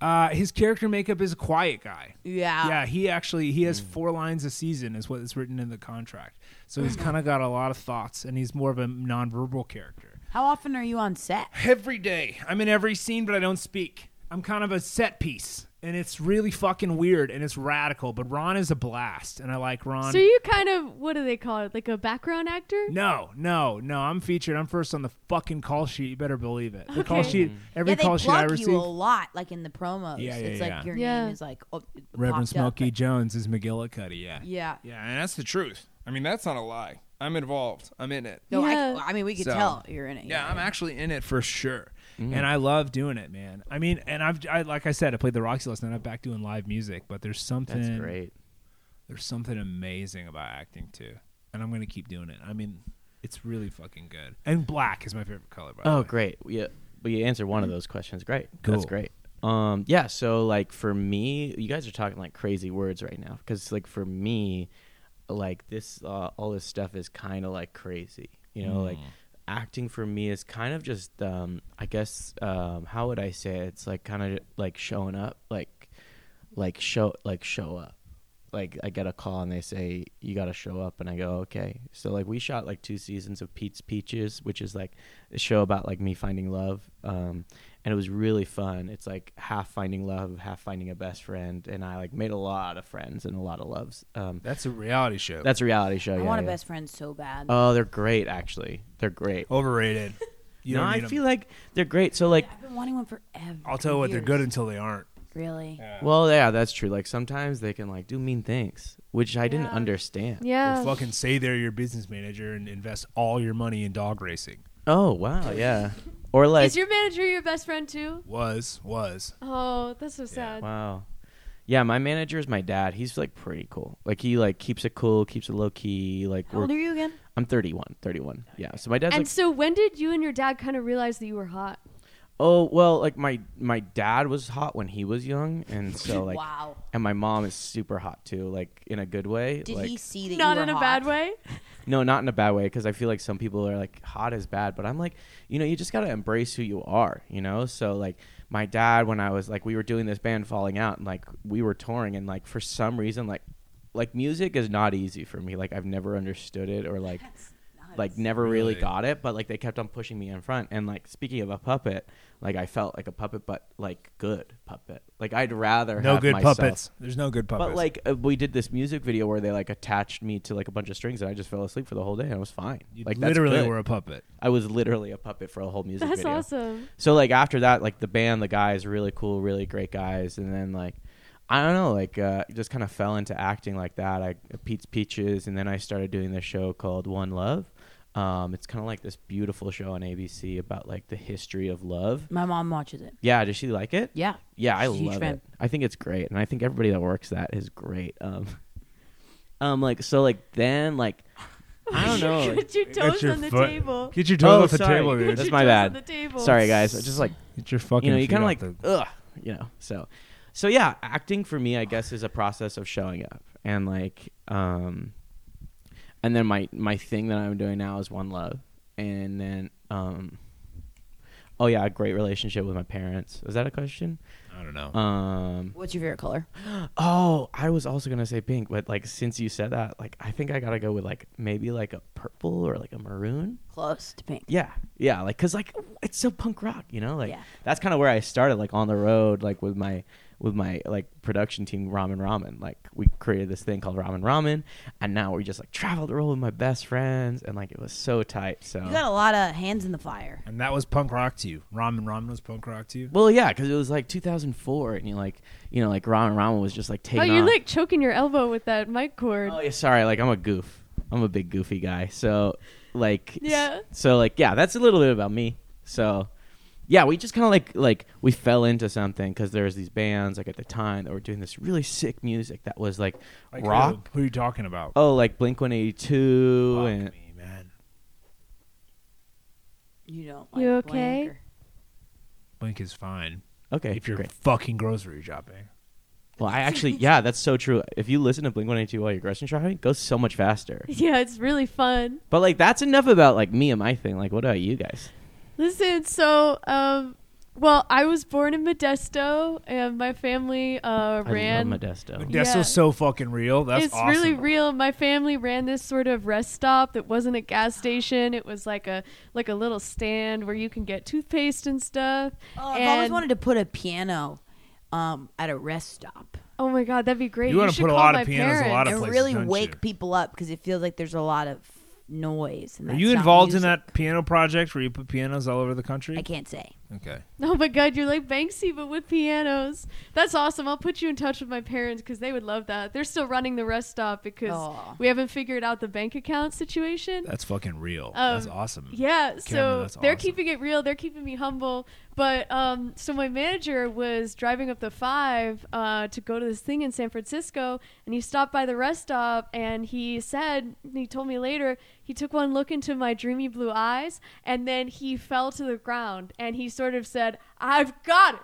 [SPEAKER 5] Uh, his character makeup is a quiet guy.
[SPEAKER 4] yeah.
[SPEAKER 5] Yeah, he actually he has four lines a season is what is written in the contract. So he's
[SPEAKER 4] Hmm.
[SPEAKER 5] kind of got a lot of thoughts and he's more of a nonverbal character.
[SPEAKER 4] How often are you on set?
[SPEAKER 5] every day. I'm in every scene, but I don't speak. I'm kind of a set piece, and it's really fucking weird and it's radical. But Ron is a blast, and I like Ron.
[SPEAKER 8] So you kind of what do they call it? Like a background actor?
[SPEAKER 5] no, no, no. I'm featured. I'm first on the fucking call sheet. You better believe it. The call
[SPEAKER 8] Okay.
[SPEAKER 5] sheet. Every
[SPEAKER 4] Mm-hmm. yeah, they
[SPEAKER 5] call sheet I
[SPEAKER 4] plug you a
[SPEAKER 5] receive.
[SPEAKER 4] lot, like in the promos.
[SPEAKER 5] Yeah, yeah,
[SPEAKER 4] it's
[SPEAKER 5] yeah.
[SPEAKER 4] like your
[SPEAKER 8] Yeah.
[SPEAKER 4] name is like oh, it
[SPEAKER 5] Reverend
[SPEAKER 4] popped up,
[SPEAKER 5] Smokey
[SPEAKER 4] like-
[SPEAKER 5] Jones is McGillicuddy. Yeah.
[SPEAKER 4] yeah.
[SPEAKER 6] Yeah, and that's the truth. I mean, that's not a lie. I'm involved. I'm in it.
[SPEAKER 4] No,
[SPEAKER 8] Yeah.
[SPEAKER 4] I, I mean we could
[SPEAKER 6] So-
[SPEAKER 4] tell you're in it.
[SPEAKER 6] Yeah, I'm actually in it for sure.
[SPEAKER 5] And I love doing it, man. I mean, and I've I, like I said, I played the Roxy last night. I'm back doing live music, but there's something
[SPEAKER 3] That's great.
[SPEAKER 5] there's something amazing about acting too, and I'm gonna keep doing it. I mean, it's really fucking good. And black is my favorite color. By the
[SPEAKER 3] Oh,
[SPEAKER 5] way.
[SPEAKER 3] great. Yeah, but you answered one of those questions. Great.
[SPEAKER 5] Cool.
[SPEAKER 3] That's great. Um, yeah. So like for me, you guys are talking like crazy words right now because like for me, like this, uh, all this stuff is kind of like crazy. You know,
[SPEAKER 5] Mm.
[SPEAKER 3] like acting for me is kind of just, um, I guess, um, how would I say it? it's like kind of like showing up, like, like show, like show up. Like I get a call and they say you got to show up, and I go okay. So like we shot like two seasons of Pete's Peaches, which is like a show about like me finding love, um, and it was really fun. It's like half finding love, half finding a best friend, and I like made a lot of friends and a lot of loves. Um,
[SPEAKER 5] That's a reality show.
[SPEAKER 3] that's a reality show.
[SPEAKER 5] Oh,
[SPEAKER 4] I
[SPEAKER 3] yeah,
[SPEAKER 4] want a
[SPEAKER 3] yeah.
[SPEAKER 4] best friend so bad.
[SPEAKER 3] Oh, they're great. Actually, they're great.
[SPEAKER 5] Overrated. Oh, You
[SPEAKER 3] no,
[SPEAKER 5] don't
[SPEAKER 3] I
[SPEAKER 5] need 'em.
[SPEAKER 3] feel like they're great. So like,
[SPEAKER 4] I've been wanting one forever.
[SPEAKER 5] I'll tell you what, they're
[SPEAKER 4] years.
[SPEAKER 5] good until they aren't.
[SPEAKER 4] Really?
[SPEAKER 3] well, yeah, that's true. Like sometimes they can like do mean things, which I didn't
[SPEAKER 8] Yeah.
[SPEAKER 3] understand.
[SPEAKER 5] Or
[SPEAKER 8] Yeah.
[SPEAKER 5] fucking say they're your business manager and invest all your money in dog racing.
[SPEAKER 3] Oh wow, yeah. Or like,
[SPEAKER 8] Is your manager your best friend too?
[SPEAKER 5] Was was.
[SPEAKER 8] Oh, that's so sad.
[SPEAKER 3] Wow. Yeah, my manager is my dad. He's like pretty cool. Like he like keeps it cool, keeps it low key. Like
[SPEAKER 4] How old are
[SPEAKER 3] we're-
[SPEAKER 4] you again?
[SPEAKER 3] I'm 31, 31. Yeah. So my dad's
[SPEAKER 8] And
[SPEAKER 3] like,
[SPEAKER 8] so when did you and your dad kind of realize that you were hot?
[SPEAKER 3] oh well, like my my dad was hot when he was young, and
[SPEAKER 5] Oh,
[SPEAKER 3] so like,
[SPEAKER 4] wow.
[SPEAKER 3] and my mom is super hot too, like in a good way.
[SPEAKER 4] Did
[SPEAKER 3] like,
[SPEAKER 4] he see that?
[SPEAKER 8] Not
[SPEAKER 4] you were
[SPEAKER 8] in a
[SPEAKER 4] hot?
[SPEAKER 8] bad way.
[SPEAKER 3] No, not in a bad way, because I feel like some people are like hot is bad, but I'm like, you know, you just gotta embrace who you are, you know. So like, my dad, when I was like, we were doing this band falling out, and like we were touring, and like for some reason, like, like music is not easy for me. Like I've never understood it, or like, like never really got it. But like they kept on pushing me in front, and like speaking of a puppet, like I felt like a puppet, but like good puppet. Like I'd rather
[SPEAKER 5] No
[SPEAKER 3] have
[SPEAKER 5] good
[SPEAKER 3] myself-
[SPEAKER 5] puppets. There's no good puppets.
[SPEAKER 3] but like uh, we did this music video where they like attached me to like a bunch of strings and I just fell asleep for the whole day and I was fine.
[SPEAKER 5] you
[SPEAKER 3] like
[SPEAKER 5] literally
[SPEAKER 3] that's good.
[SPEAKER 5] were a puppet.
[SPEAKER 3] I was literally a puppet for a whole music
[SPEAKER 8] That's
[SPEAKER 3] video.
[SPEAKER 8] awesome.
[SPEAKER 3] So like after that, like the band, the guys, really cool, really great guys, and then like I don't know, like uh, just kind of fell into acting like that. I uh, Pete's Peaches, and then I started doing this show called One Love. Um, it's kind of like this beautiful show on ABC about like the history of love.
[SPEAKER 4] My mom watches it.
[SPEAKER 3] Yeah, does she like it?
[SPEAKER 4] Yeah.
[SPEAKER 3] Yeah, I
[SPEAKER 4] She's a huge
[SPEAKER 3] love
[SPEAKER 4] fan.
[SPEAKER 3] it. I think it's great, and I think everybody that works that is great. Um, um, like so, like then, like I don't know. like-
[SPEAKER 8] Put your toes
[SPEAKER 5] your
[SPEAKER 8] on the
[SPEAKER 5] foot.
[SPEAKER 8] table.
[SPEAKER 5] Get your
[SPEAKER 3] oh,
[SPEAKER 5] toes off the
[SPEAKER 3] sorry.
[SPEAKER 5] table, dude.
[SPEAKER 3] That's
[SPEAKER 8] Your
[SPEAKER 3] my
[SPEAKER 8] toes
[SPEAKER 3] bad.
[SPEAKER 8] on the table.
[SPEAKER 3] Sorry, guys. I just like
[SPEAKER 5] Get your fucking.
[SPEAKER 3] you know, you
[SPEAKER 5] kind of
[SPEAKER 3] like
[SPEAKER 5] The,
[SPEAKER 3] ugh, you know. So, so yeah, acting for me, I guess, is a process of showing up and like, um, and then my my thing that I'm doing now is one love, and then um, oh yeah, a great relationship with my parents. Is that a question?
[SPEAKER 5] I don't know.
[SPEAKER 3] Um,
[SPEAKER 4] What's your favorite color?
[SPEAKER 3] Oh, I was also gonna say pink, but like since you said that, like I think I gotta go with like maybe like a purple or like a maroon.
[SPEAKER 4] Close to pink.
[SPEAKER 3] Yeah, yeah, like cause like it's so punk rock, you know. Like
[SPEAKER 4] Yeah.
[SPEAKER 3] that's kind of where I started, like on the road, like with my with my like production team, Ramen Ramen. Like we created this thing called Ramen Ramen, and now we just like traveled around with my best friends, and like it was so tight. So
[SPEAKER 4] You got a lot of hands in the fire.
[SPEAKER 5] And that was punk rock to you. Ramen Ramen was punk rock to you.
[SPEAKER 3] well, yeah, because it was like 2004, and you like you know like Ramen Ramen was just like
[SPEAKER 8] Oh,
[SPEAKER 3] taking.
[SPEAKER 8] you're
[SPEAKER 3] off.
[SPEAKER 8] like choking your elbow with that mic cord.
[SPEAKER 3] Oh yeah, sorry. Like I'm a goof. I'm a big goofy guy. So like
[SPEAKER 8] Yeah.
[SPEAKER 3] So like yeah, that's a little bit about me. So yeah, we just kind of like like we fell into something because there was these bands like at the time that were doing this really sick music that was like,
[SPEAKER 5] Like
[SPEAKER 3] rock.
[SPEAKER 5] Who, who are you talking about?
[SPEAKER 3] Oh, like Blink 182
[SPEAKER 5] Fuck
[SPEAKER 3] and
[SPEAKER 5] me, man.
[SPEAKER 4] You don't.
[SPEAKER 8] You
[SPEAKER 4] like
[SPEAKER 8] okay?
[SPEAKER 4] Blanker.
[SPEAKER 5] Blink is fine.
[SPEAKER 3] okay,
[SPEAKER 5] if you're
[SPEAKER 3] great.
[SPEAKER 5] fucking grocery shopping.
[SPEAKER 3] Well, I actually yeah, that's so true. If you listen to Blink 182 while you're grocery shopping, it goes so much faster.
[SPEAKER 8] Yeah, it's really fun.
[SPEAKER 3] But like that's enough about like me and my thing. Like what about you guys?
[SPEAKER 8] Listen, so um, well, I was born in Modesto, and my family uh
[SPEAKER 3] I
[SPEAKER 8] ran.
[SPEAKER 3] love Modesto.
[SPEAKER 5] Modesto's
[SPEAKER 8] Yeah.
[SPEAKER 5] so fucking real. That's
[SPEAKER 8] it's
[SPEAKER 5] awesome.
[SPEAKER 8] really real. My family ran this sort of rest stop that wasn't a gas station. It was like a like a little stand where you can get toothpaste and stuff.
[SPEAKER 4] Oh, I've always
[SPEAKER 8] And-
[SPEAKER 4] wanted to put a piano um, at a rest stop.
[SPEAKER 8] Oh my god, that'd be great.
[SPEAKER 5] You wanna
[SPEAKER 8] should
[SPEAKER 5] put a
[SPEAKER 8] call
[SPEAKER 5] lot of
[SPEAKER 8] my
[SPEAKER 5] pianos, a lot
[SPEAKER 8] parents.
[SPEAKER 5] of
[SPEAKER 4] and
[SPEAKER 5] places,
[SPEAKER 4] really
[SPEAKER 5] don't
[SPEAKER 4] wake
[SPEAKER 5] you?
[SPEAKER 4] people up because it feels like there's a lot of noise. And
[SPEAKER 5] Are
[SPEAKER 4] that's
[SPEAKER 5] you
[SPEAKER 4] not
[SPEAKER 5] involved in
[SPEAKER 4] music.
[SPEAKER 5] that piano project where you put pianos all over the country?
[SPEAKER 4] I can't say.
[SPEAKER 6] Okay.
[SPEAKER 8] Oh my god, you're like Banksy but with pianos. That's awesome. I'll put you in touch with my parents because they would love that. They're still running the rest stop because
[SPEAKER 4] Aw.
[SPEAKER 8] we haven't figured out the bank account situation.
[SPEAKER 5] That's fucking real.
[SPEAKER 8] Um,
[SPEAKER 5] that's awesome.
[SPEAKER 8] Yeah, so
[SPEAKER 5] that's
[SPEAKER 8] they're
[SPEAKER 5] awesome.
[SPEAKER 8] keeping it real. They're keeping me humble. But um, so my manager was driving up the five uh, to go to this thing in San Francisco, and he stopped by the rest stop, and he said, and he told me later, he took one look into my dreamy blue eyes, and then he fell to the ground, and he sort of said, "I've got it.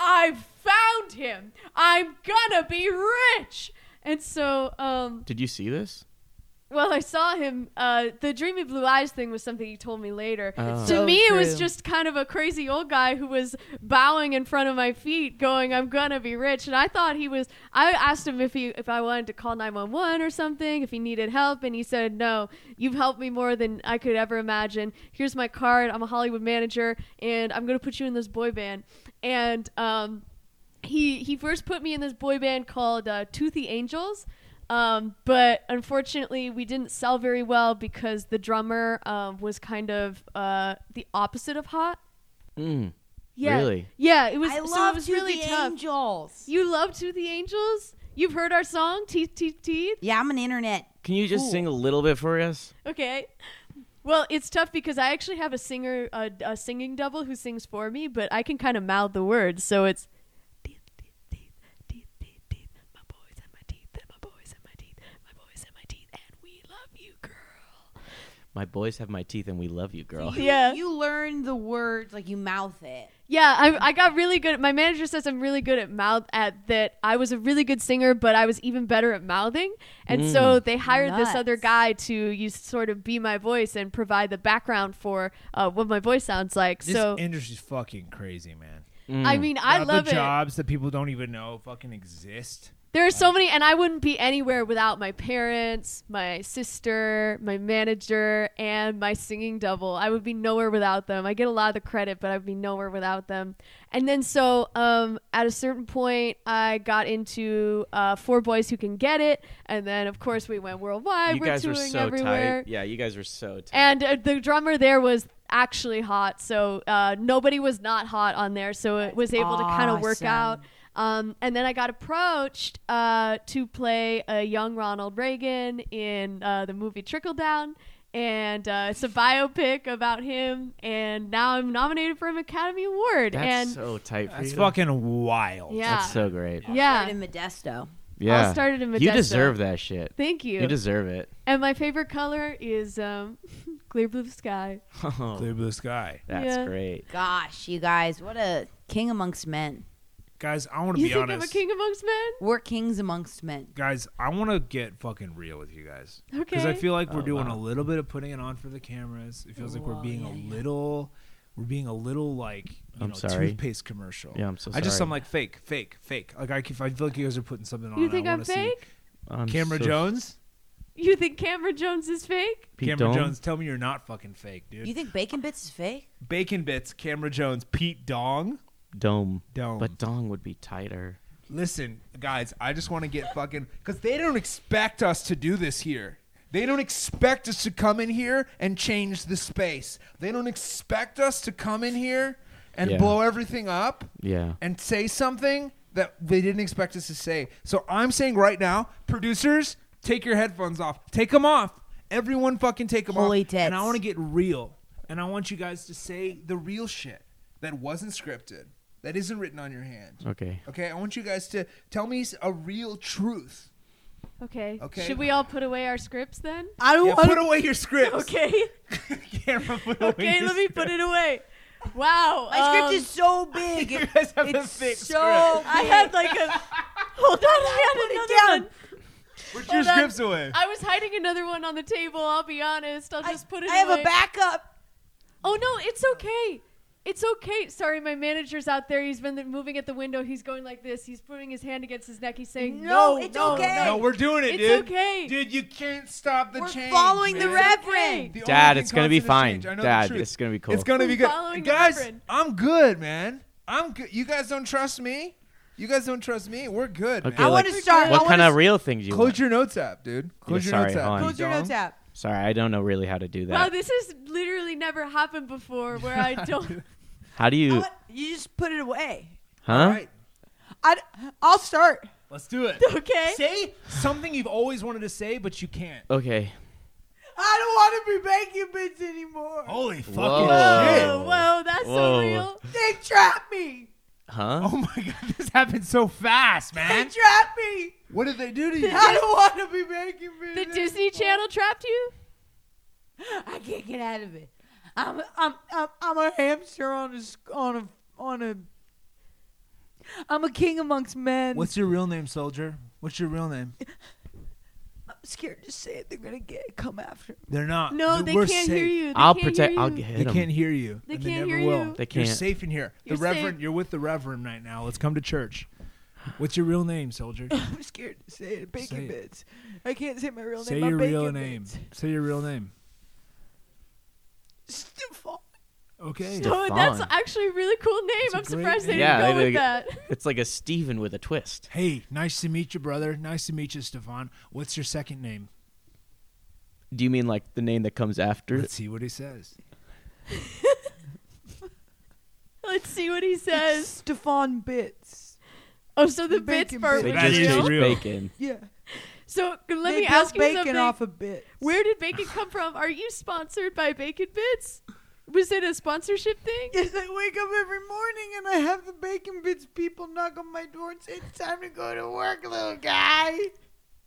[SPEAKER 8] I've found him. I'm gonna be rich." And so, um,
[SPEAKER 3] Did you see this?
[SPEAKER 8] well, I saw him. Uh, the dreamy blue eyes thing was something he told me later.
[SPEAKER 3] Oh.
[SPEAKER 8] To
[SPEAKER 3] It's
[SPEAKER 4] so
[SPEAKER 8] me, it was
[SPEAKER 4] true.
[SPEAKER 8] just kind of a crazy old guy who was bowing in front of my feet, going, "I'm gonna be rich." And I thought he was. I asked him if he, if I wanted to call 911 or something, if he needed help, and he said, "No, you've helped me more than I could ever imagine. Here's my card. I'm a Hollywood manager, and I'm gonna put you in this boy band." And um, he he first put me in this boy band called uh, Toothy Angels, um, but unfortunately we didn't sell very well because the drummer um, was kind of uh, the opposite of hot.
[SPEAKER 3] Mm.
[SPEAKER 8] Yeah,
[SPEAKER 3] Really?
[SPEAKER 8] Yeah, it was.
[SPEAKER 4] I
[SPEAKER 8] so it
[SPEAKER 4] love
[SPEAKER 8] was
[SPEAKER 4] to
[SPEAKER 8] really
[SPEAKER 4] the
[SPEAKER 8] tough.
[SPEAKER 4] angels.
[SPEAKER 8] You love Toothy Angels. You've heard our song Teeth Teeth Teeth.
[SPEAKER 4] Yeah, I'm an internet.
[SPEAKER 3] Can you just sing a little bit for us?
[SPEAKER 8] Okay. Well, it's tough because I actually have a singer, a, a singing double who sings for me, but I can kind of mouth the words, so it's. teeth, teeth, teeth, teeth, teeth, teeth, my boys and my teeth, and my boys and my teeth, my boys and my teeth, and we love you, girl.
[SPEAKER 3] My boys have my teeth, and we love you, girl.
[SPEAKER 8] Yeah.
[SPEAKER 4] You learn the words like you mouth it.
[SPEAKER 8] Yeah, I, I got really good. At, my manager says I'm really good at mouth at that. I was a really good singer, but I was even better at mouthing. And so they hired this
[SPEAKER 4] Nuts.
[SPEAKER 8] other guy to use sort of be my voice and provide the background for uh, what my voice sounds like.
[SPEAKER 5] This
[SPEAKER 8] so
[SPEAKER 5] industry's fucking crazy, man.
[SPEAKER 3] Hmm.
[SPEAKER 8] I mean, I
[SPEAKER 5] Got
[SPEAKER 8] love
[SPEAKER 5] the
[SPEAKER 8] it.
[SPEAKER 5] jobs that people don't even know fucking exist.
[SPEAKER 8] There are so many, and I wouldn't be anywhere without my parents, my sister, my manager, and my singing double. I would be nowhere without them. I get a lot of the credit, but I'd be nowhere without them. And then, so um, at a certain point, I got into uh, Four Boys Who Can Get It, and then, of course, we went worldwide.
[SPEAKER 3] you
[SPEAKER 8] we're
[SPEAKER 3] guys were
[SPEAKER 8] touring
[SPEAKER 3] so
[SPEAKER 8] everywhere.
[SPEAKER 3] tight. Yeah, you guys were so tight.
[SPEAKER 8] And uh, the drummer there was actually hot, so uh, nobody was not hot on there, so it was able to kind of work
[SPEAKER 4] awesome.
[SPEAKER 8] out. Um, and then I got approached uh, to play a young Ronald Reagan in uh, the movie Trickle Down, and uh, it's a biopic about him. And now I'm nominated for an Academy Award.
[SPEAKER 3] That's
[SPEAKER 8] and
[SPEAKER 3] so tight for
[SPEAKER 5] That's
[SPEAKER 3] you.
[SPEAKER 5] fucking wild.
[SPEAKER 8] yeah,
[SPEAKER 3] That's so great.
[SPEAKER 8] yeah.
[SPEAKER 4] Right in Modesto.
[SPEAKER 3] Yeah.
[SPEAKER 8] started in
[SPEAKER 3] You
[SPEAKER 8] Modesto.
[SPEAKER 3] deserve that shit.
[SPEAKER 8] Thank you.
[SPEAKER 3] You deserve it.
[SPEAKER 8] and my favorite color is um, clear blue sky.
[SPEAKER 3] Oh,
[SPEAKER 5] Clear blue sky.
[SPEAKER 3] that's
[SPEAKER 8] Yeah.
[SPEAKER 3] great.
[SPEAKER 4] Gosh, you guys, what a king amongst men.
[SPEAKER 5] Guys, I want to
[SPEAKER 8] You
[SPEAKER 5] be
[SPEAKER 8] think
[SPEAKER 5] honest.
[SPEAKER 8] I'm a king amongst men?
[SPEAKER 4] We're kings amongst men.
[SPEAKER 5] Guys, I want to get fucking real with you guys. Because I
[SPEAKER 8] Okay.
[SPEAKER 5] feel like we're
[SPEAKER 3] Oh,
[SPEAKER 5] doing
[SPEAKER 3] wow.
[SPEAKER 5] a little bit of putting it on for the cameras. It feels like
[SPEAKER 8] Oh,
[SPEAKER 5] we're being a little, we're being a little like you
[SPEAKER 3] I'm
[SPEAKER 5] know,
[SPEAKER 3] sorry.
[SPEAKER 5] toothpaste commercial.
[SPEAKER 3] Yeah, I'm so
[SPEAKER 5] I just
[SPEAKER 3] sorry.
[SPEAKER 5] I'm like fake, fake, fake. Like I, keep- I feel like you guys are putting something on.
[SPEAKER 8] You think
[SPEAKER 5] I
[SPEAKER 8] I'm
[SPEAKER 5] wanna see.
[SPEAKER 8] fake?
[SPEAKER 3] I'm
[SPEAKER 5] Camera
[SPEAKER 3] so-
[SPEAKER 5] Jones.
[SPEAKER 8] You think Cameron Jones is fake?
[SPEAKER 3] Pete
[SPEAKER 5] Camera
[SPEAKER 3] Dome?
[SPEAKER 5] Jones, tell me you're not fucking fake, dude.
[SPEAKER 4] You think bacon bits is fake?
[SPEAKER 5] Bacon bits. Camera Jones. Pete Dong.
[SPEAKER 3] Dome.
[SPEAKER 5] Dome.
[SPEAKER 3] But Dong would be tighter.
[SPEAKER 5] Listen, guys, I just want to get fucking because they don't expect us to do this here. They don't expect us to come in here and change the space. They don't expect us to come in here and
[SPEAKER 3] Yeah.
[SPEAKER 5] blow everything up
[SPEAKER 3] Yeah.
[SPEAKER 5] and say something that they didn't expect us to say. So I'm saying right now, producers, take your headphones off. Take them off. Everyone fucking take them
[SPEAKER 7] Holy
[SPEAKER 5] off. And I
[SPEAKER 7] tits.
[SPEAKER 5] want to get real. And I want you guys to say the real shit that wasn't scripted. That isn't written on your hand.
[SPEAKER 3] Okay.
[SPEAKER 5] Okay, I want you guys to tell me a real truth.
[SPEAKER 8] Okay.
[SPEAKER 5] Okay.
[SPEAKER 8] Should we all put away our scripts then?
[SPEAKER 7] I don't
[SPEAKER 5] Yeah,
[SPEAKER 7] want
[SPEAKER 5] put away your scripts.
[SPEAKER 8] Okay.
[SPEAKER 5] Camera, put away
[SPEAKER 8] Okay,
[SPEAKER 5] your
[SPEAKER 8] let me put it away. Wow.
[SPEAKER 7] My script
[SPEAKER 8] um,
[SPEAKER 7] is so big.
[SPEAKER 5] You guys have a
[SPEAKER 7] it's
[SPEAKER 5] thick
[SPEAKER 7] so
[SPEAKER 8] I had like a. Hold on, I had another one.
[SPEAKER 5] Put your
[SPEAKER 8] Hold on.
[SPEAKER 5] scripts away.
[SPEAKER 8] I was hiding another one on the table. I'll be honest. I'll just put it.
[SPEAKER 7] I have
[SPEAKER 8] away.
[SPEAKER 7] a backup.
[SPEAKER 8] Oh no, it's okay. It's okay. Sorry, my manager's out there. He's been moving at the window. He's going like this. He's putting his hand against his neck. He's saying,
[SPEAKER 7] No,
[SPEAKER 8] "No,
[SPEAKER 7] it's
[SPEAKER 8] no,
[SPEAKER 7] okay.
[SPEAKER 8] no."
[SPEAKER 5] No, we're doing it,
[SPEAKER 8] It's
[SPEAKER 5] dude.
[SPEAKER 8] okay.
[SPEAKER 5] Dude, you can't stop the
[SPEAKER 7] We're
[SPEAKER 5] change.
[SPEAKER 7] following the
[SPEAKER 5] man.
[SPEAKER 7] reverend.
[SPEAKER 5] The only
[SPEAKER 3] Dad,
[SPEAKER 5] thing
[SPEAKER 3] it's gonna be
[SPEAKER 5] constant is
[SPEAKER 3] fine.
[SPEAKER 5] change. I know the
[SPEAKER 3] Dad,
[SPEAKER 5] truth.
[SPEAKER 3] it's gonna be cool.
[SPEAKER 5] It's gonna be
[SPEAKER 8] We're
[SPEAKER 5] good.
[SPEAKER 8] following the
[SPEAKER 5] Guys,
[SPEAKER 8] reverend.
[SPEAKER 5] I'm good, man. I'm good. You guys don't trust me. You guys don't trust me. We're good,
[SPEAKER 3] Okay,
[SPEAKER 5] man.
[SPEAKER 7] I want to
[SPEAKER 3] like,
[SPEAKER 7] start. I
[SPEAKER 3] What
[SPEAKER 7] wanna
[SPEAKER 3] kind of real thing do you
[SPEAKER 5] Close
[SPEAKER 3] want?
[SPEAKER 5] your notes app, dude. Close your
[SPEAKER 3] Yeah, sorry,
[SPEAKER 5] notes
[SPEAKER 3] hold
[SPEAKER 5] app.
[SPEAKER 3] on.
[SPEAKER 7] Close your
[SPEAKER 5] Dom.
[SPEAKER 7] notes app.
[SPEAKER 3] Sorry, I don't know really how to do
[SPEAKER 8] Wow,
[SPEAKER 3] that.
[SPEAKER 8] this has literally never happened before. Where I don't.
[SPEAKER 3] How do
[SPEAKER 7] I
[SPEAKER 3] you?
[SPEAKER 7] want- you just put it away.
[SPEAKER 5] All
[SPEAKER 3] Huh?
[SPEAKER 5] right,
[SPEAKER 7] I, I'll start.
[SPEAKER 5] let's do it.
[SPEAKER 8] okay.
[SPEAKER 5] Say something you've always wanted to say, but you can't.
[SPEAKER 3] Okay.
[SPEAKER 7] I don't want to be making bits anymore.
[SPEAKER 5] Holy fucking
[SPEAKER 3] Whoa.
[SPEAKER 5] shit.
[SPEAKER 8] Whoa, Oh, whoa, that's
[SPEAKER 3] Whoa.
[SPEAKER 8] so real.
[SPEAKER 7] They trapped me.
[SPEAKER 3] Huh?
[SPEAKER 5] Oh my god, this happened so fast,
[SPEAKER 7] They
[SPEAKER 5] man.
[SPEAKER 7] trapped me.
[SPEAKER 5] What did they do to you?
[SPEAKER 7] I don't want to be making bits.
[SPEAKER 8] The Disney Channel trapped you.
[SPEAKER 7] I can't get out of it. I'm I'm I'm, I'm a hamster on a s- on a on a. I'm a king amongst men.
[SPEAKER 5] What's your real name, soldier? What's your real name?
[SPEAKER 7] I'm scared to say it. They're gonna get come after. me.
[SPEAKER 5] They're not.
[SPEAKER 8] No,
[SPEAKER 5] Th-
[SPEAKER 8] they
[SPEAKER 5] we're
[SPEAKER 8] can't
[SPEAKER 5] safe.
[SPEAKER 8] hear you. They
[SPEAKER 3] I'll
[SPEAKER 8] can't
[SPEAKER 3] protect.
[SPEAKER 8] Hear
[SPEAKER 3] I'll
[SPEAKER 8] you.
[SPEAKER 3] get
[SPEAKER 5] They
[SPEAKER 3] him.
[SPEAKER 5] can't hear you.
[SPEAKER 8] They
[SPEAKER 5] and
[SPEAKER 8] can't
[SPEAKER 5] they never
[SPEAKER 8] hear
[SPEAKER 5] will.
[SPEAKER 8] you.
[SPEAKER 3] They
[SPEAKER 5] You're
[SPEAKER 3] can't.
[SPEAKER 5] safe in here.
[SPEAKER 8] You're
[SPEAKER 5] the reverend.
[SPEAKER 8] safe.
[SPEAKER 5] You're with the reverend right now. Let's come to church. What's your real name, soldier?
[SPEAKER 7] I'm scared to say it. Bacon
[SPEAKER 5] Say it.
[SPEAKER 7] bits. I can't say my real
[SPEAKER 5] Say
[SPEAKER 7] name. I'm
[SPEAKER 5] your real
[SPEAKER 7] bacon
[SPEAKER 5] name.
[SPEAKER 7] Bits.
[SPEAKER 5] Say your real name.
[SPEAKER 7] Stefan.
[SPEAKER 5] Okay.
[SPEAKER 8] Oh, that's
[SPEAKER 3] Stefan.
[SPEAKER 8] actually a really cool name.
[SPEAKER 5] a
[SPEAKER 8] I'm
[SPEAKER 5] great
[SPEAKER 8] surprised they
[SPEAKER 5] name.
[SPEAKER 8] didn't
[SPEAKER 3] Yeah,
[SPEAKER 8] go
[SPEAKER 3] they-
[SPEAKER 8] with
[SPEAKER 3] they-
[SPEAKER 8] that.
[SPEAKER 3] It's like a Steven with a twist.
[SPEAKER 5] Hey, nice to meet you, brother. Nice to meet you, Stefan. What's your second name?
[SPEAKER 3] Do you mean like the name that comes after?
[SPEAKER 5] Let's
[SPEAKER 3] it?
[SPEAKER 5] see what he says.
[SPEAKER 8] Let's see what he says.
[SPEAKER 7] Stefan Bits.
[SPEAKER 8] Oh, so the
[SPEAKER 7] Bacon
[SPEAKER 8] bits part
[SPEAKER 7] bits.
[SPEAKER 8] was
[SPEAKER 5] That
[SPEAKER 3] They just
[SPEAKER 5] is
[SPEAKER 8] real.
[SPEAKER 3] changed
[SPEAKER 5] real.
[SPEAKER 3] bacon.
[SPEAKER 7] Yeah.
[SPEAKER 8] So let
[SPEAKER 7] they
[SPEAKER 8] me
[SPEAKER 7] built
[SPEAKER 8] ask you
[SPEAKER 7] bacon
[SPEAKER 8] something.
[SPEAKER 7] off of bits.
[SPEAKER 8] Where did bacon come from? Are you sponsored by Bacon Bits? Was it a sponsorship thing?
[SPEAKER 7] Yes, I wake up every morning and I have the bacon bits people knock on my door and say it's time to go to work, little guy.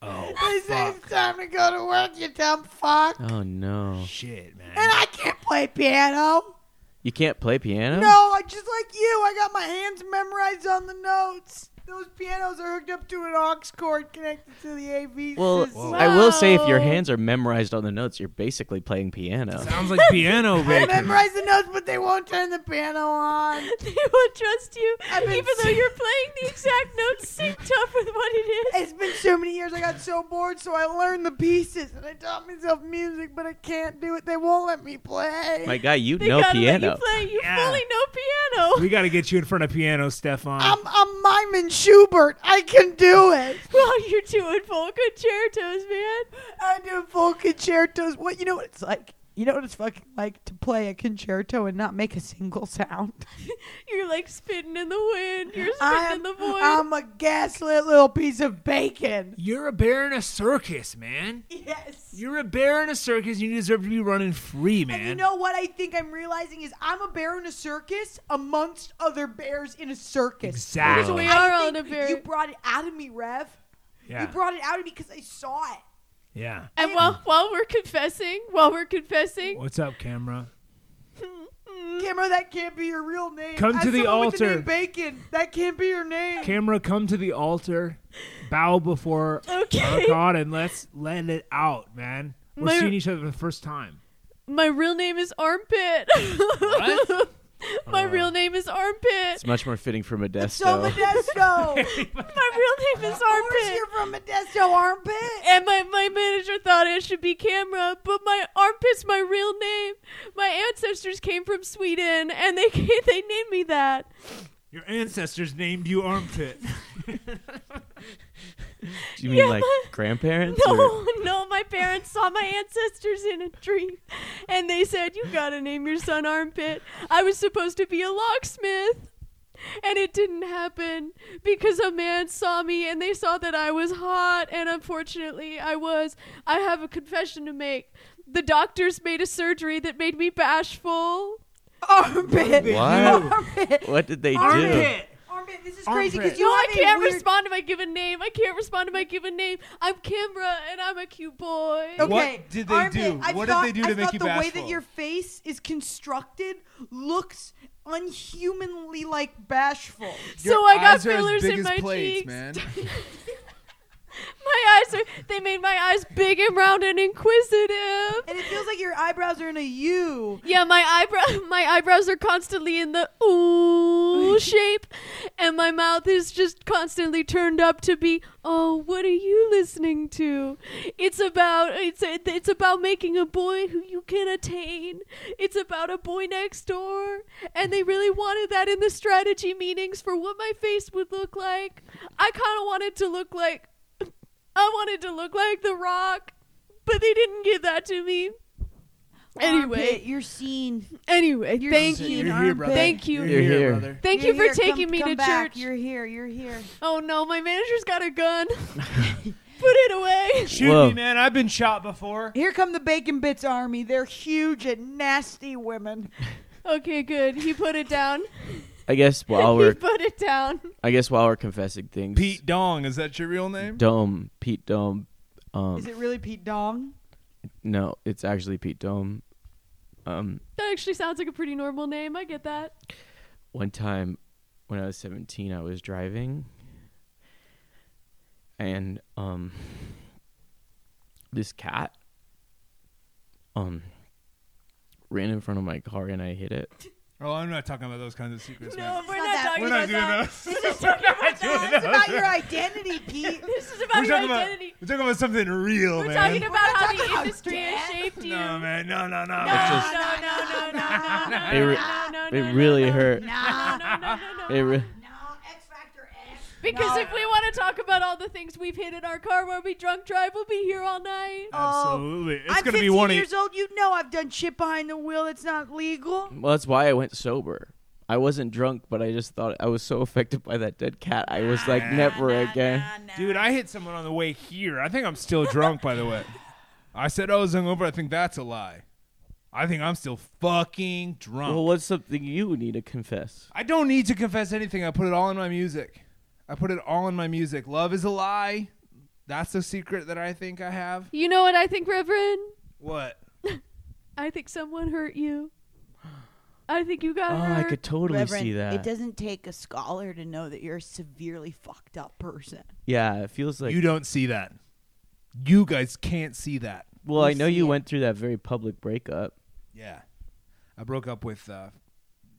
[SPEAKER 5] Oh,
[SPEAKER 7] They say
[SPEAKER 5] fuck.
[SPEAKER 7] it's time to go to work, you dumb fuck.
[SPEAKER 3] Oh no!
[SPEAKER 5] Shit, man.
[SPEAKER 7] And I can't play piano.
[SPEAKER 3] You can't play piano.
[SPEAKER 7] No, I just like you. I got my hands memorized on the notes. Those pianos are hooked up to an aux cord connected to the AV
[SPEAKER 3] Well,
[SPEAKER 7] system.
[SPEAKER 3] I will say if your
[SPEAKER 8] Wow.
[SPEAKER 3] hands are memorized on the notes, you're basically playing piano.
[SPEAKER 5] Sounds like piano
[SPEAKER 7] I
[SPEAKER 5] bacon.
[SPEAKER 7] memorize the notes, but they won't turn the piano on.
[SPEAKER 8] they won't trust you,
[SPEAKER 7] been
[SPEAKER 8] even though you're playing the exact notes synced up with what it is.
[SPEAKER 7] It's been so many years. I got so bored, so I learned the pieces and I taught myself music, but I can't do it. They won't let me play.
[SPEAKER 3] My guy, you
[SPEAKER 8] They
[SPEAKER 3] know
[SPEAKER 8] gotta
[SPEAKER 3] piano.
[SPEAKER 8] let you play. You
[SPEAKER 5] Yeah.
[SPEAKER 8] fully know piano.
[SPEAKER 5] We got to get you in front of piano, Stefan.
[SPEAKER 7] I'm I'm Myman Schubert. I can do it.
[SPEAKER 8] Well, you're doing full concertos, man.
[SPEAKER 7] I do full concertos. What you know what it's like? You know what it's fucking like to play a concerto and not make a single sound.
[SPEAKER 8] You're like spitting in the wind. You're spitting in
[SPEAKER 7] I'm,
[SPEAKER 8] the
[SPEAKER 7] um,
[SPEAKER 8] void.
[SPEAKER 7] I'm a gaslit little piece of bacon.
[SPEAKER 5] You're a bear in a circus, man.
[SPEAKER 7] Yes.
[SPEAKER 5] You're a bear in a circus. You deserve to be running free, man.
[SPEAKER 7] And you know what I think I'm realizing is I'm a bear in a circus amongst other bears in a circus.
[SPEAKER 8] So
[SPEAKER 5] exactly.
[SPEAKER 8] we
[SPEAKER 7] I
[SPEAKER 8] are all
[SPEAKER 7] think
[SPEAKER 8] a bear.
[SPEAKER 7] You brought it out of me, Rev. You
[SPEAKER 5] Yeah.
[SPEAKER 7] brought it out of me because I saw it.
[SPEAKER 5] yeah.
[SPEAKER 8] And while while we're confessing, while we're confessing,
[SPEAKER 5] What's up, camera?
[SPEAKER 7] Camera, that can't be your real name.
[SPEAKER 5] Come
[SPEAKER 7] As
[SPEAKER 5] to the
[SPEAKER 7] someone With the
[SPEAKER 5] altar.
[SPEAKER 7] name Bacon, that can't be your name.
[SPEAKER 5] Camera, come to the altar, bow before
[SPEAKER 7] Uh,
[SPEAKER 5] our
[SPEAKER 8] okay,
[SPEAKER 5] God, and let's let it out, man. We're
[SPEAKER 8] My-
[SPEAKER 5] seeing each other for the first time.
[SPEAKER 8] my real name is Armpit. my real name is Armpit.
[SPEAKER 3] It's much more fitting for Modesto.
[SPEAKER 7] so Modesto.
[SPEAKER 8] My real name is
[SPEAKER 7] Where's
[SPEAKER 8] Armpit.
[SPEAKER 7] you're from Modesto armpit?
[SPEAKER 8] And my, my manager thought it should be camera, but my armpit's my real name. My ancestors came from Sweden, and they they named me that.
[SPEAKER 5] Your ancestors named you Armpit.
[SPEAKER 3] Do you mean like grandparents? or-
[SPEAKER 8] No, no, my parents saw my ancestors in a dream and they said, You gotta name your son Armpit. I was supposed to be a locksmith. And it didn't happen because a man saw me and they saw that I was hot, and unfortunately, I was. I have a confession to make. The doctors made a surgery that made me bashful.
[SPEAKER 7] Armpit.
[SPEAKER 3] What?
[SPEAKER 7] Armpit.
[SPEAKER 3] What did they do?
[SPEAKER 4] Armpit.
[SPEAKER 7] Armpit. This is crazy
[SPEAKER 4] Armpit.
[SPEAKER 7] because you
[SPEAKER 8] no, I
[SPEAKER 7] have a
[SPEAKER 8] can't
[SPEAKER 7] weird-
[SPEAKER 8] respond to my given name. I can't respond to my given name. I'm Kimbra, and I'm a cute boy.
[SPEAKER 7] Okay.
[SPEAKER 5] What did they
[SPEAKER 7] Armpit,
[SPEAKER 5] do?
[SPEAKER 7] I
[SPEAKER 5] What did
[SPEAKER 7] thought-
[SPEAKER 5] they do to
[SPEAKER 7] I
[SPEAKER 5] make
[SPEAKER 7] thought
[SPEAKER 5] you
[SPEAKER 7] the way
[SPEAKER 5] bashful?
[SPEAKER 7] that your face is constructed looks unhumanly like bashful.
[SPEAKER 8] so I got fillers in my cheeks. My eyes are, they made my eyes big and round and inquisitive.
[SPEAKER 7] And it feels like your eyebrows are in a U.
[SPEAKER 8] Yeah, my eyebrow my eyebrows are constantly in the ooh shape and my mouth is just constantly turned up to be, "Oh, what are you listening to?" It's about it's it's about making a boy who you can attain. It's about a boy next door, and they really wanted that in the strategy meetings for what my face would look like. I kind of wanted to look like I wanted to look like The Rock, but they didn't give that to me. Anyway,
[SPEAKER 7] Armpit, you're seen.
[SPEAKER 8] Anyway, thank
[SPEAKER 7] seen,
[SPEAKER 8] you.
[SPEAKER 4] You're here,
[SPEAKER 7] Armpit.
[SPEAKER 4] brother.
[SPEAKER 8] Thank you.
[SPEAKER 3] You're here.
[SPEAKER 4] brother.
[SPEAKER 8] Thank
[SPEAKER 7] You're
[SPEAKER 8] you for
[SPEAKER 7] here,
[SPEAKER 8] taking
[SPEAKER 7] come-
[SPEAKER 8] me
[SPEAKER 7] come
[SPEAKER 8] to
[SPEAKER 7] back.
[SPEAKER 8] church.
[SPEAKER 7] You're here. You're here.
[SPEAKER 8] Oh no, my manager's got a gun. Put it away.
[SPEAKER 4] Shoot
[SPEAKER 3] Whoa.
[SPEAKER 4] me, man. I've been shot before.
[SPEAKER 7] Here come the bacon bits army. They're huge and nasty women.
[SPEAKER 8] Okay, good. He put it down.
[SPEAKER 3] I guess while
[SPEAKER 8] he
[SPEAKER 3] we're
[SPEAKER 8] put it down.
[SPEAKER 3] I guess while we're confessing things,
[SPEAKER 5] Pete Dong, is that your real name?
[SPEAKER 3] Dome, Pete Dome, um,
[SPEAKER 7] Is it really Pete Dong?
[SPEAKER 3] no, it's actually Pete Dome. Um,
[SPEAKER 8] That actually sounds like a pretty normal name. I get that.
[SPEAKER 3] one time when I was 17, I was driving, and um, this cat um ran in front of my car, and I hit it.
[SPEAKER 5] Oh, I'm not talking about those kinds of secrets,
[SPEAKER 8] No,
[SPEAKER 5] man.
[SPEAKER 8] we're
[SPEAKER 7] not
[SPEAKER 8] not,
[SPEAKER 7] that.
[SPEAKER 8] talking
[SPEAKER 5] We're not
[SPEAKER 8] about
[SPEAKER 5] doing
[SPEAKER 8] that.
[SPEAKER 5] those.
[SPEAKER 7] It's about your identity, Pete.
[SPEAKER 8] This is
[SPEAKER 5] We're
[SPEAKER 8] about your
[SPEAKER 5] talking about,
[SPEAKER 8] identity.
[SPEAKER 5] we're talking about something real,
[SPEAKER 8] We're
[SPEAKER 5] man.
[SPEAKER 8] talking about how
[SPEAKER 7] talking
[SPEAKER 8] the
[SPEAKER 7] about
[SPEAKER 8] industry has
[SPEAKER 7] death.
[SPEAKER 8] shaped you.
[SPEAKER 5] no, man. No, no, no.
[SPEAKER 8] No,
[SPEAKER 5] man.
[SPEAKER 3] just-
[SPEAKER 8] no, no, no, no, no,
[SPEAKER 3] It, re-
[SPEAKER 8] no, no, no,
[SPEAKER 3] it really
[SPEAKER 8] no,
[SPEAKER 3] hurt.
[SPEAKER 8] No, no, no, no, no.
[SPEAKER 3] It re-
[SPEAKER 7] No, X Factor X.
[SPEAKER 8] Because if we want to talk about all the things we've hit in our car while we drunk drive, we'll be here all night.
[SPEAKER 5] Absolutely. It's
[SPEAKER 7] I'm
[SPEAKER 5] gonna
[SPEAKER 7] 15
[SPEAKER 5] be one of
[SPEAKER 7] years old. You know I've done shit behind the wheel. It's not legal.
[SPEAKER 3] Well, that's why I went sober. I wasn't drunk, but I just thought I was so affected by that dead cat. I was like, never again.
[SPEAKER 5] Dude, I hit someone on the way here. I think I'm still drunk, by the way. I said I was hungover. I think that's a lie. I think I'm still fucking drunk.
[SPEAKER 3] Well, what's something you need to confess?
[SPEAKER 5] I don't need to confess anything. I put it all in my music. I put it all in my music. Love is a lie. That's the secret that I think I have.
[SPEAKER 8] You know what I think, Reverend?
[SPEAKER 5] What?
[SPEAKER 8] I think someone hurt you. I think you got
[SPEAKER 3] Oh,
[SPEAKER 8] hurt.
[SPEAKER 3] I could totally see
[SPEAKER 7] it
[SPEAKER 3] that.
[SPEAKER 7] doesn't take a scholar to know that you're a severely fucked up person.
[SPEAKER 3] yeah, it feels like.
[SPEAKER 5] you don't see that. You guys can't see that.
[SPEAKER 3] well, I know
[SPEAKER 7] see
[SPEAKER 3] you
[SPEAKER 7] it.
[SPEAKER 3] went through that very public breakup.
[SPEAKER 5] Yeah. I broke up with uh,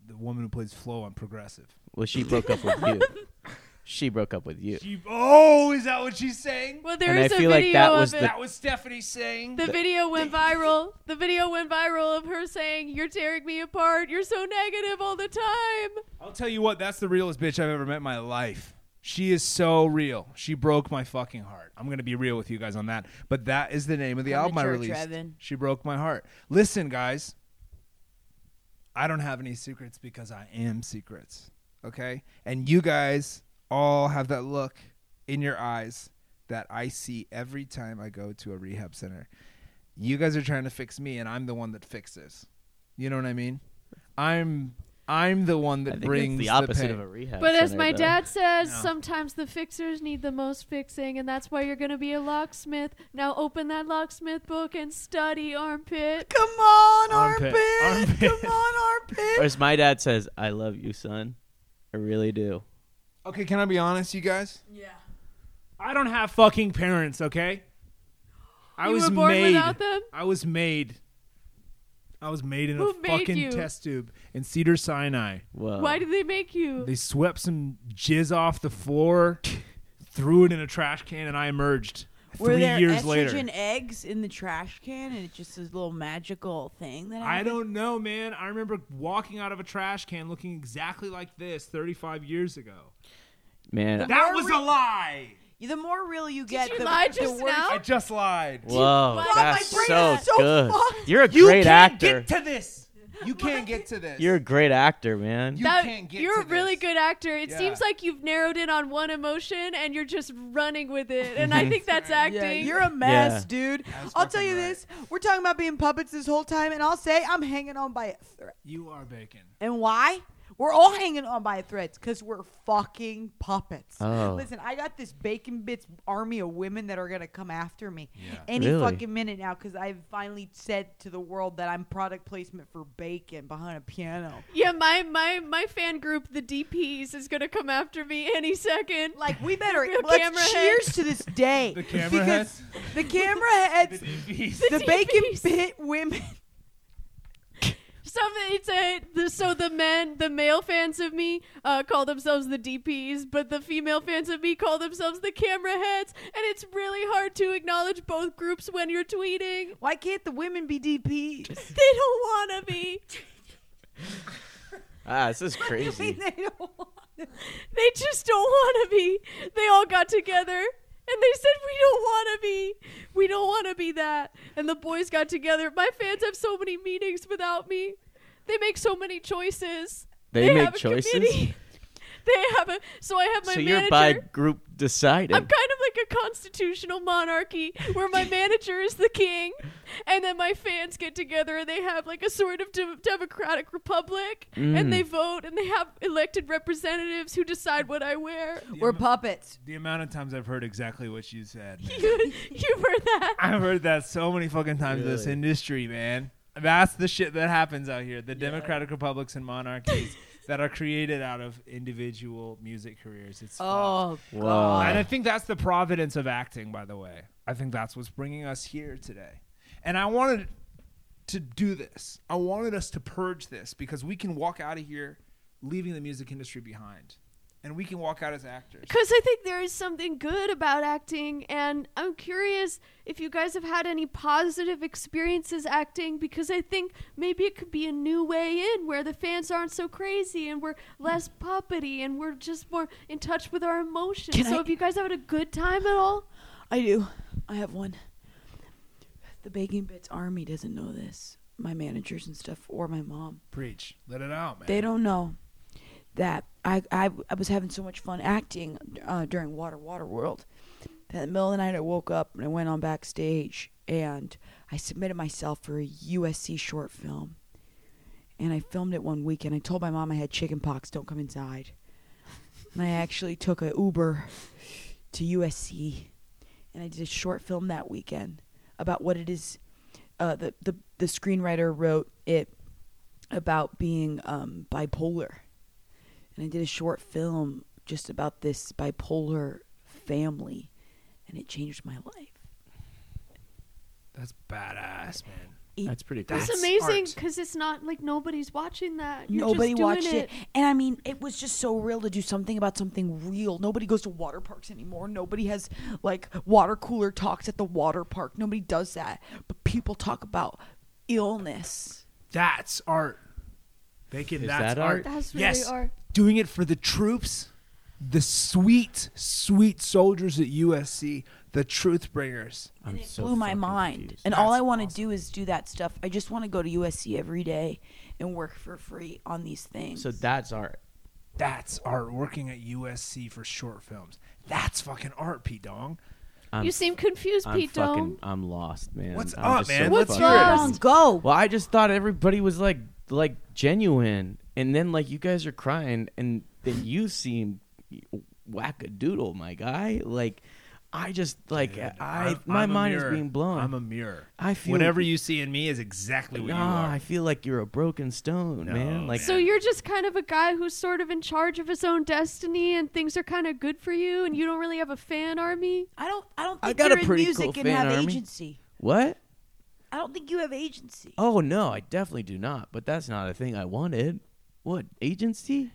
[SPEAKER 5] the woman who plays Flo on Progressive.
[SPEAKER 3] Well, she broke up with you. She broke up with you.
[SPEAKER 5] She, oh, is that what she's saying?
[SPEAKER 8] well, there
[SPEAKER 3] And
[SPEAKER 8] is
[SPEAKER 3] I
[SPEAKER 8] a
[SPEAKER 3] feel like
[SPEAKER 8] video
[SPEAKER 3] that was
[SPEAKER 8] of it.
[SPEAKER 3] the-
[SPEAKER 5] That was Stephanie saying.
[SPEAKER 8] The video went viral. The video went viral of her saying, "You're tearing me apart. You're so negative all the time."
[SPEAKER 5] I'll tell you what, that's the realest bitch I've ever met in my life. She is so real. She broke my fucking heart. I'm gonna be real with you guys on that. But that is the name of the
[SPEAKER 7] Come to
[SPEAKER 5] album I
[SPEAKER 7] church,
[SPEAKER 5] released.
[SPEAKER 7] Evan.
[SPEAKER 5] She broke my heart. Listen, guys. I don't have any secrets because I am secrets. Okay? And you guys all have that look in your eyes that I see every time I go to a rehab center. You guys are trying to fix me and I'm the one that fixes. You know what I mean? I'm I'm the one
[SPEAKER 3] I
[SPEAKER 5] that
[SPEAKER 3] think
[SPEAKER 5] brings
[SPEAKER 3] it's the opposite
[SPEAKER 5] pain.
[SPEAKER 3] of a rehab.
[SPEAKER 8] But as
[SPEAKER 3] center,
[SPEAKER 8] my
[SPEAKER 3] though.
[SPEAKER 8] dad says,
[SPEAKER 5] No.
[SPEAKER 8] sometimes the fixers need the most fixing, and that's why you're going to be a locksmith. Now open that locksmith book and study armpit.
[SPEAKER 7] Come on,
[SPEAKER 5] Armpit.
[SPEAKER 7] armpit.
[SPEAKER 5] Armpit.
[SPEAKER 7] Come on,
[SPEAKER 3] Or
[SPEAKER 7] armpit.
[SPEAKER 3] as my dad says, I love you, son. I really do.
[SPEAKER 5] Okay, can I be honest, you guys?
[SPEAKER 4] I don't have fucking parents, okay? I
[SPEAKER 8] you
[SPEAKER 4] was
[SPEAKER 8] were born
[SPEAKER 4] made.
[SPEAKER 8] without them.
[SPEAKER 5] I was made. I was made in
[SPEAKER 8] Who
[SPEAKER 5] a
[SPEAKER 8] made
[SPEAKER 5] fucking
[SPEAKER 8] you?
[SPEAKER 5] test tube in Cedar Sinai.
[SPEAKER 3] Whoa.
[SPEAKER 8] Why did they make you?
[SPEAKER 5] They swept some jizz off the floor, threw it in a trash can, and I emerged
[SPEAKER 7] Were
[SPEAKER 5] three
[SPEAKER 7] there
[SPEAKER 5] years
[SPEAKER 7] estrogen
[SPEAKER 5] later.
[SPEAKER 7] eggs in the trash can, and it's just a little magical thing that
[SPEAKER 5] I
[SPEAKER 7] happened?
[SPEAKER 5] don't know, man. I remember walking out of a trash can looking exactly like this 35 years ago.
[SPEAKER 3] man.
[SPEAKER 5] That was a lie.
[SPEAKER 4] The more real you get,
[SPEAKER 8] you
[SPEAKER 4] the,
[SPEAKER 8] lie
[SPEAKER 4] the
[SPEAKER 8] just
[SPEAKER 4] worse
[SPEAKER 8] now?
[SPEAKER 6] I just lied.
[SPEAKER 3] Whoa,
[SPEAKER 8] my
[SPEAKER 3] that's
[SPEAKER 8] brain
[SPEAKER 3] so
[SPEAKER 8] is
[SPEAKER 3] good. You're a
[SPEAKER 5] You
[SPEAKER 3] great
[SPEAKER 5] can't
[SPEAKER 3] actor.
[SPEAKER 5] get to this.
[SPEAKER 6] You can't get to this.
[SPEAKER 3] You're a great actor, man.
[SPEAKER 6] You
[SPEAKER 8] That-
[SPEAKER 6] can't get
[SPEAKER 8] you're
[SPEAKER 6] to
[SPEAKER 8] a really
[SPEAKER 6] this.
[SPEAKER 8] good actor. It
[SPEAKER 6] Yeah.
[SPEAKER 8] seems like you've narrowed in on one emotion and you're just running with it. And I think that's acting.
[SPEAKER 4] Yeah, you're a mess, dude.
[SPEAKER 6] That's
[SPEAKER 4] I'll tell you
[SPEAKER 6] fucking right.
[SPEAKER 4] this. We're talking about being puppets this whole time, and I'll say I'm hanging on by a thread.
[SPEAKER 5] You are bacon.
[SPEAKER 4] And why? We're all hanging on by a thread because we're fucking puppets.
[SPEAKER 3] Oh.
[SPEAKER 4] Listen, I got this bacon bits army of women that are going to come after me
[SPEAKER 6] Yeah.
[SPEAKER 4] any
[SPEAKER 3] Really?
[SPEAKER 4] fucking minute now because I've finally said to the world that I'm product placement for bacon behind a piano.
[SPEAKER 8] yeah, my, my, my fan group, the DPs, is going to come after me any second. Like,
[SPEAKER 4] Like, we better
[SPEAKER 8] Real camera
[SPEAKER 4] let's
[SPEAKER 8] heads.
[SPEAKER 4] cheers to this day.
[SPEAKER 6] The camera
[SPEAKER 4] because the camera heads, the bacon bit women.
[SPEAKER 8] some it's a the, so the men the male fans of me uh, call themselves the DPs, but the female fans of me call themselves the camera heads, and it's really hard to acknowledge both groups when you're tweeting.
[SPEAKER 4] Why can't the women be DPs?
[SPEAKER 8] They don't want to be.
[SPEAKER 3] Ah, this is
[SPEAKER 4] I mean,
[SPEAKER 3] crazy.
[SPEAKER 4] they don't.
[SPEAKER 8] They just don't want to be. They all got together and they said, We don't want to be. We don't want to be that. And the boys got together. My fans have so many meetings without me. They make so many choices.
[SPEAKER 3] They make
[SPEAKER 8] have a
[SPEAKER 3] choices?
[SPEAKER 8] committee. they have a. So I have my
[SPEAKER 3] So
[SPEAKER 8] manager.
[SPEAKER 3] you're by group decided.
[SPEAKER 8] I'm kind of like a constitutional monarchy where my manager is the king, and then my fans get together and they have like a sort of de- democratic republic, and they vote and they have elected representatives who decide what I wear.
[SPEAKER 4] We're puppets.
[SPEAKER 5] The amount of times I've heard exactly what you said.
[SPEAKER 8] You, you heard that?
[SPEAKER 5] I've heard that so many fucking times in this
[SPEAKER 3] Really?
[SPEAKER 5] industry, man. That's the shit that happens out here. The democratic republics and monarchies that are created out of individual music careers. It's fucked.
[SPEAKER 4] Oh,
[SPEAKER 3] Whoa.
[SPEAKER 8] Uh,
[SPEAKER 5] And I think that's the providence of acting, by the way. I think that's what's bringing us here today. And I wanted to do this. I wanted us to purge this because we can walk out of here leaving the music industry behind. And we can walk out as actors.
[SPEAKER 8] Because I think there is something good about acting, and I'm curious if you guys have had any positive experiences acting, because I think maybe it could be a new way in where the fans aren't so crazy and we're less puppety and we're just more in touch with our emotions.
[SPEAKER 7] Can
[SPEAKER 8] so,
[SPEAKER 7] I-
[SPEAKER 8] if you guys having a good time at all?
[SPEAKER 7] I do. I have one. The Baking Bits Army doesn't know this. My managers and stuff, or my mom.
[SPEAKER 5] Preach. Let it out, man.
[SPEAKER 7] They don't know that I, I, I was having so much fun acting uh, during Water Water World that in the middle of the night I woke up and I went on backstage and I submitted myself for a USC short film. And I filmed it one weekend. I told my mom I had chicken pox, don't come inside. And I actually took a Uber to USC and I did a short film that weekend about what it is. Uh, the, the, the screenwriter wrote it about being um, bipolar. And I did a short film just about this bipolar family, and it changed my life.
[SPEAKER 5] That's badass, man.
[SPEAKER 3] That's pretty cool.
[SPEAKER 8] It's
[SPEAKER 5] That's
[SPEAKER 8] amazing
[SPEAKER 5] art.
[SPEAKER 8] because it's not like nobody's watching that. You're
[SPEAKER 7] Nobody
[SPEAKER 8] just doing
[SPEAKER 7] watched it. And I mean, it was just so real to do something about something real. Nobody goes to water parks anymore. Nobody has like water cooler talks at the water park. Nobody does that. But people talk about illness.
[SPEAKER 5] That's art. Bacon,
[SPEAKER 3] Is
[SPEAKER 5] that's
[SPEAKER 3] that
[SPEAKER 5] art.
[SPEAKER 3] art?
[SPEAKER 8] That's really
[SPEAKER 5] yes.
[SPEAKER 8] art.
[SPEAKER 5] Doing it for the troops, the sweet, sweet soldiers at USC, the truth bringers.
[SPEAKER 3] I'm
[SPEAKER 7] and it
[SPEAKER 3] so
[SPEAKER 7] blew my
[SPEAKER 3] fucking
[SPEAKER 7] mind.
[SPEAKER 3] confused.
[SPEAKER 7] And all
[SPEAKER 5] That's
[SPEAKER 7] I want to do is do that stuff. I just want to go to USC every day and work for free on these things.
[SPEAKER 3] So that's art.
[SPEAKER 5] That's art. Working at USC for short films. That's fucking art, Pete Dong.
[SPEAKER 3] I'm
[SPEAKER 8] you seem confused,
[SPEAKER 3] I'm
[SPEAKER 8] Pete
[SPEAKER 3] fucking.
[SPEAKER 8] Dome.
[SPEAKER 3] I'm lost, man.
[SPEAKER 5] What's
[SPEAKER 3] I'm
[SPEAKER 5] up,
[SPEAKER 3] just
[SPEAKER 5] man?
[SPEAKER 3] So
[SPEAKER 5] What's
[SPEAKER 3] fucking
[SPEAKER 5] your-
[SPEAKER 3] lost.
[SPEAKER 7] go.
[SPEAKER 3] Well, I just thought everybody was like like genuine, and then like you guys are crying, and then you seem wackadoodle, my guy. Like I just like I
[SPEAKER 5] I'm-
[SPEAKER 3] my
[SPEAKER 5] I'm a
[SPEAKER 3] mind is
[SPEAKER 5] mirror.
[SPEAKER 3] being blown.
[SPEAKER 5] I'm a mirror.
[SPEAKER 3] I feel-
[SPEAKER 5] whatever you see in me is exactly what you
[SPEAKER 3] Nah,
[SPEAKER 5] are.
[SPEAKER 3] I feel like you're a broken stone, man. Like
[SPEAKER 8] So you're just kind of a guy who's sort of in charge of his own destiny, and things are kind of good for you, and you don't really have a fan army.
[SPEAKER 7] I don't. I don't
[SPEAKER 3] I
[SPEAKER 7] think
[SPEAKER 3] got a
[SPEAKER 7] you're in
[SPEAKER 3] pretty
[SPEAKER 7] music
[SPEAKER 3] cool
[SPEAKER 7] and
[SPEAKER 3] fan
[SPEAKER 7] have
[SPEAKER 3] army.
[SPEAKER 7] agency.
[SPEAKER 3] what?
[SPEAKER 7] I don't think you have agency.
[SPEAKER 3] Oh no, I definitely do not. But that's not a thing I wanted. What agency?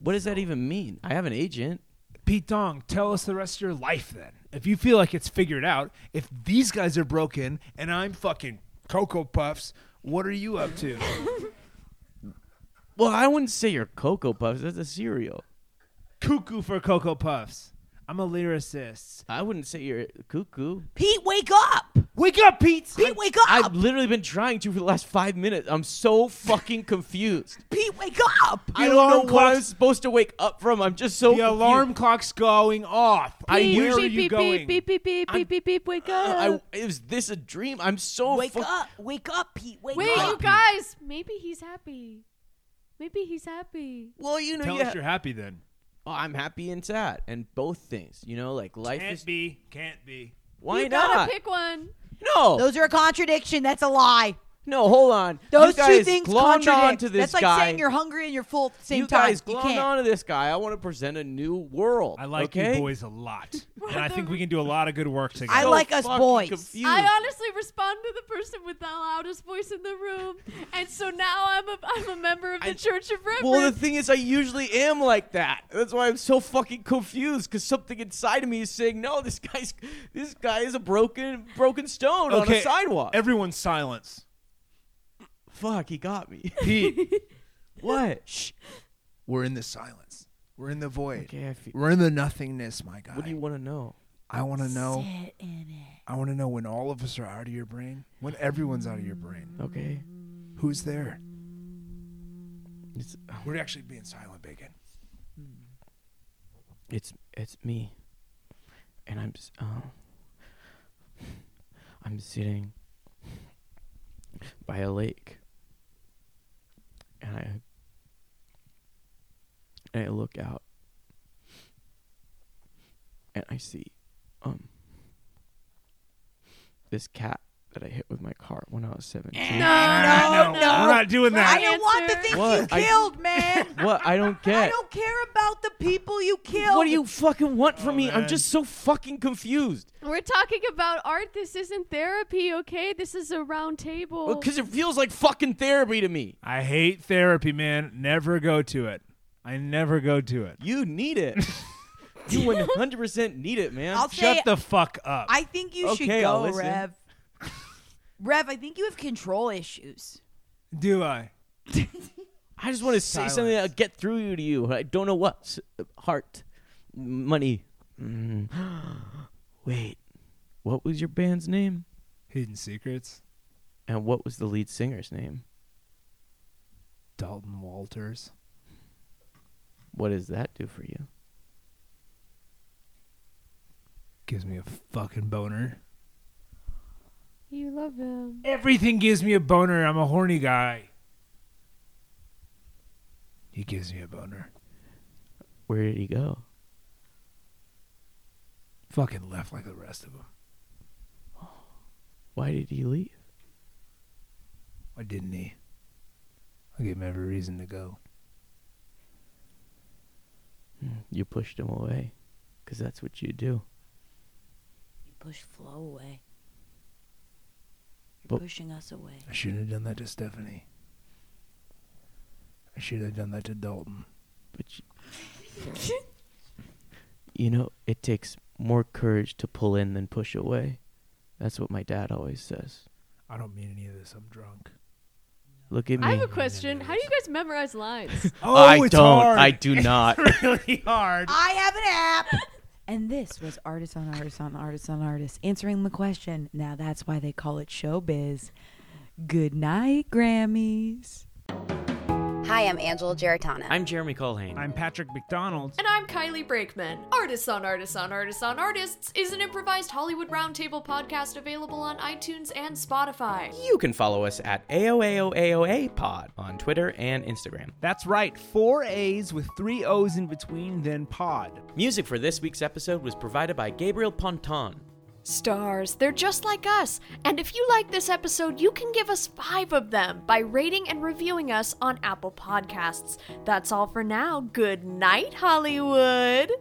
[SPEAKER 3] What does that even mean? I have an agent.
[SPEAKER 5] Pete Dong, tell us the rest of your life then. If you feel like it's figured out, if these guys are broken and I'm fucking Cocoa Puffs, what are you up to?
[SPEAKER 3] Well, I wouldn't say you're Cocoa Puffs. That's a cereal.
[SPEAKER 5] cuckoo for Cocoa Puffs. I'm a lyricist.
[SPEAKER 3] I wouldn't say you're cuckoo.
[SPEAKER 4] Pete, wake up!
[SPEAKER 5] Wake up, Pete!
[SPEAKER 4] Pete, wake
[SPEAKER 3] I've
[SPEAKER 4] up!
[SPEAKER 3] literally been trying to for the last five minutes. I'm so fucking confused.
[SPEAKER 4] Pete, wake up!
[SPEAKER 5] The
[SPEAKER 3] I don't know
[SPEAKER 5] alarm
[SPEAKER 3] what I'm
[SPEAKER 5] clock's-
[SPEAKER 3] supposed to wake up from. I'm just so
[SPEAKER 5] The
[SPEAKER 3] confused.
[SPEAKER 5] alarm clock's going off. I
[SPEAKER 8] Beep,
[SPEAKER 5] where are
[SPEAKER 8] beep,
[SPEAKER 5] you
[SPEAKER 8] beep,
[SPEAKER 5] going?
[SPEAKER 8] Beep, beep, beep, beep, beep, beep, beep, wake
[SPEAKER 3] I,
[SPEAKER 8] up.
[SPEAKER 3] is this a dream? I'm so
[SPEAKER 4] Wake
[SPEAKER 3] Oh, fuck-
[SPEAKER 4] up! Wake up, Pete! Wake
[SPEAKER 8] Wait, you
[SPEAKER 4] up!
[SPEAKER 8] guys. Maybe he's happy. Maybe he's happy.
[SPEAKER 3] Well, you know,
[SPEAKER 5] Tell
[SPEAKER 3] yeah.
[SPEAKER 5] us you're happy then.
[SPEAKER 3] oh, I'm happy and sad, and both things. You know, like life
[SPEAKER 5] Can't
[SPEAKER 3] is.
[SPEAKER 5] be. Can't be.
[SPEAKER 3] Why
[SPEAKER 8] you
[SPEAKER 3] not?
[SPEAKER 8] gotta pick one.
[SPEAKER 3] no,
[SPEAKER 4] Those are a contradiction. That's a lie.
[SPEAKER 3] no, hold on. You
[SPEAKER 4] Those
[SPEAKER 3] guys
[SPEAKER 4] two things
[SPEAKER 3] glommed
[SPEAKER 4] contradict.
[SPEAKER 3] on to this
[SPEAKER 4] That's like
[SPEAKER 3] guy.
[SPEAKER 4] saying you're hungry and you're full at the same
[SPEAKER 3] you
[SPEAKER 4] time.
[SPEAKER 3] guys
[SPEAKER 4] you
[SPEAKER 3] glommed
[SPEAKER 4] can't.
[SPEAKER 3] on to this guy. I want to present a new world.
[SPEAKER 5] I like
[SPEAKER 3] okay?
[SPEAKER 5] you boys a lot, and I think we can do a lot of good work together.
[SPEAKER 4] I
[SPEAKER 3] So
[SPEAKER 4] like us
[SPEAKER 3] fucking
[SPEAKER 4] boys.
[SPEAKER 3] confused.
[SPEAKER 8] I honestly respond to the person with the loudest voice in the room, and so now I'm a I'm a member of the Church of Reverend.
[SPEAKER 3] Well, the thing is, I usually am like that. That's why I'm so fucking confused because something inside of me is saying, "No, this guy's this guy is a broken broken stone on a sidewalk."
[SPEAKER 6] Everyone's silence.
[SPEAKER 3] Fuck, he got me.
[SPEAKER 6] Pete,
[SPEAKER 3] what? Shh.
[SPEAKER 6] we're in the silence. We're in the void.
[SPEAKER 3] Okay, I feel,
[SPEAKER 6] We're in the nothingness, my guy.
[SPEAKER 3] what do you want to know?
[SPEAKER 6] I want to know. I want to know when all of us are out of your brain, when everyone's out of your brain,
[SPEAKER 3] Okay.
[SPEAKER 6] who's there?
[SPEAKER 3] It's oh.
[SPEAKER 6] We're actually being silent, Bacon.
[SPEAKER 3] it's it's me, and I'm s- um, I'm sitting by a lake, and I and I look out, and I see um this cat that I hit with my car when I was
[SPEAKER 8] Eh,
[SPEAKER 3] seventeen.
[SPEAKER 4] No, no, no.
[SPEAKER 5] We're not doing that.
[SPEAKER 4] I don't want the things
[SPEAKER 3] What? I-
[SPEAKER 4] you killed, man.
[SPEAKER 3] What I don't get.
[SPEAKER 4] I don't care about the people you killed.
[SPEAKER 3] what do you fucking want from
[SPEAKER 5] Oh,
[SPEAKER 3] me? I'm
[SPEAKER 5] man.
[SPEAKER 3] just so fucking confused.
[SPEAKER 8] We're talking about art. This isn't therapy, okay? This is a round table.
[SPEAKER 3] Because it feels like fucking therapy to me.
[SPEAKER 5] I hate therapy, man. Never go to it. I never go to it.
[SPEAKER 3] You need it. you 100% need it, man.
[SPEAKER 4] I'll
[SPEAKER 5] Shut
[SPEAKER 4] say,
[SPEAKER 5] the fuck up.
[SPEAKER 4] I think you should
[SPEAKER 3] Okay, I'll
[SPEAKER 4] go,
[SPEAKER 3] listen.
[SPEAKER 4] Rev. Rev, I think you have control issues.
[SPEAKER 5] do I?
[SPEAKER 3] I just want to say
[SPEAKER 5] Silence.
[SPEAKER 3] something that'll get through to you. I don't know what. S- Heart. Money. Mm. Wait. What was your band's name?
[SPEAKER 5] Hidden secrets.
[SPEAKER 3] And what was the lead singer's name?
[SPEAKER 5] Dalton Walters.
[SPEAKER 3] What does that do for you?
[SPEAKER 5] Gives me a fucking boner.
[SPEAKER 8] you love him.
[SPEAKER 5] Everything gives me a boner. I'm a horny guy. He gives me a boner.
[SPEAKER 3] Where did he go?
[SPEAKER 5] Fucking left like the rest of them.
[SPEAKER 3] Why did he leave?
[SPEAKER 5] Why didn't he? I gave him every reason to go.
[SPEAKER 3] Hmm. You pushed him away. Because that's what you do.
[SPEAKER 4] You push Flo away. You're
[SPEAKER 3] But-
[SPEAKER 4] pushing us away.
[SPEAKER 5] I shouldn't have done that to Stephanie. I should have done that to Dalton.
[SPEAKER 3] But you, you know, it takes more courage to pull in than push away. That's what my dad always says.
[SPEAKER 5] I don't mean any of this. I'm drunk.
[SPEAKER 3] Look at me.
[SPEAKER 8] I have a question. How do you guys memorize lines?
[SPEAKER 5] Oh,
[SPEAKER 3] I don't. I do not.
[SPEAKER 5] really hard.
[SPEAKER 4] I have an app. And this was artist on artist on artist on artist answering the question. Now that's why they call it showbiz. Good night, Grammys.
[SPEAKER 9] Hi, I'm Angela Geritana.
[SPEAKER 10] I'm Jeremy Colhane.
[SPEAKER 5] I'm Patrick McDonald.
[SPEAKER 1] And I'm Kylie Brakeman. Artists on Artists on Artists on Artists is an improvised Hollywood roundtable podcast available on iTunes and Spotify.
[SPEAKER 10] you can follow us at AOAOAOA Pod on Twitter and Instagram.
[SPEAKER 5] That's right. Four A's with three O's in between, then pod.
[SPEAKER 10] Music for this week's episode was provided by Gabriel Ponton.
[SPEAKER 1] Stars, they're just like us. And if you like this episode, you can give us five of them by rating and reviewing us on Apple Podcasts. That's all for now. Good night, Hollywood.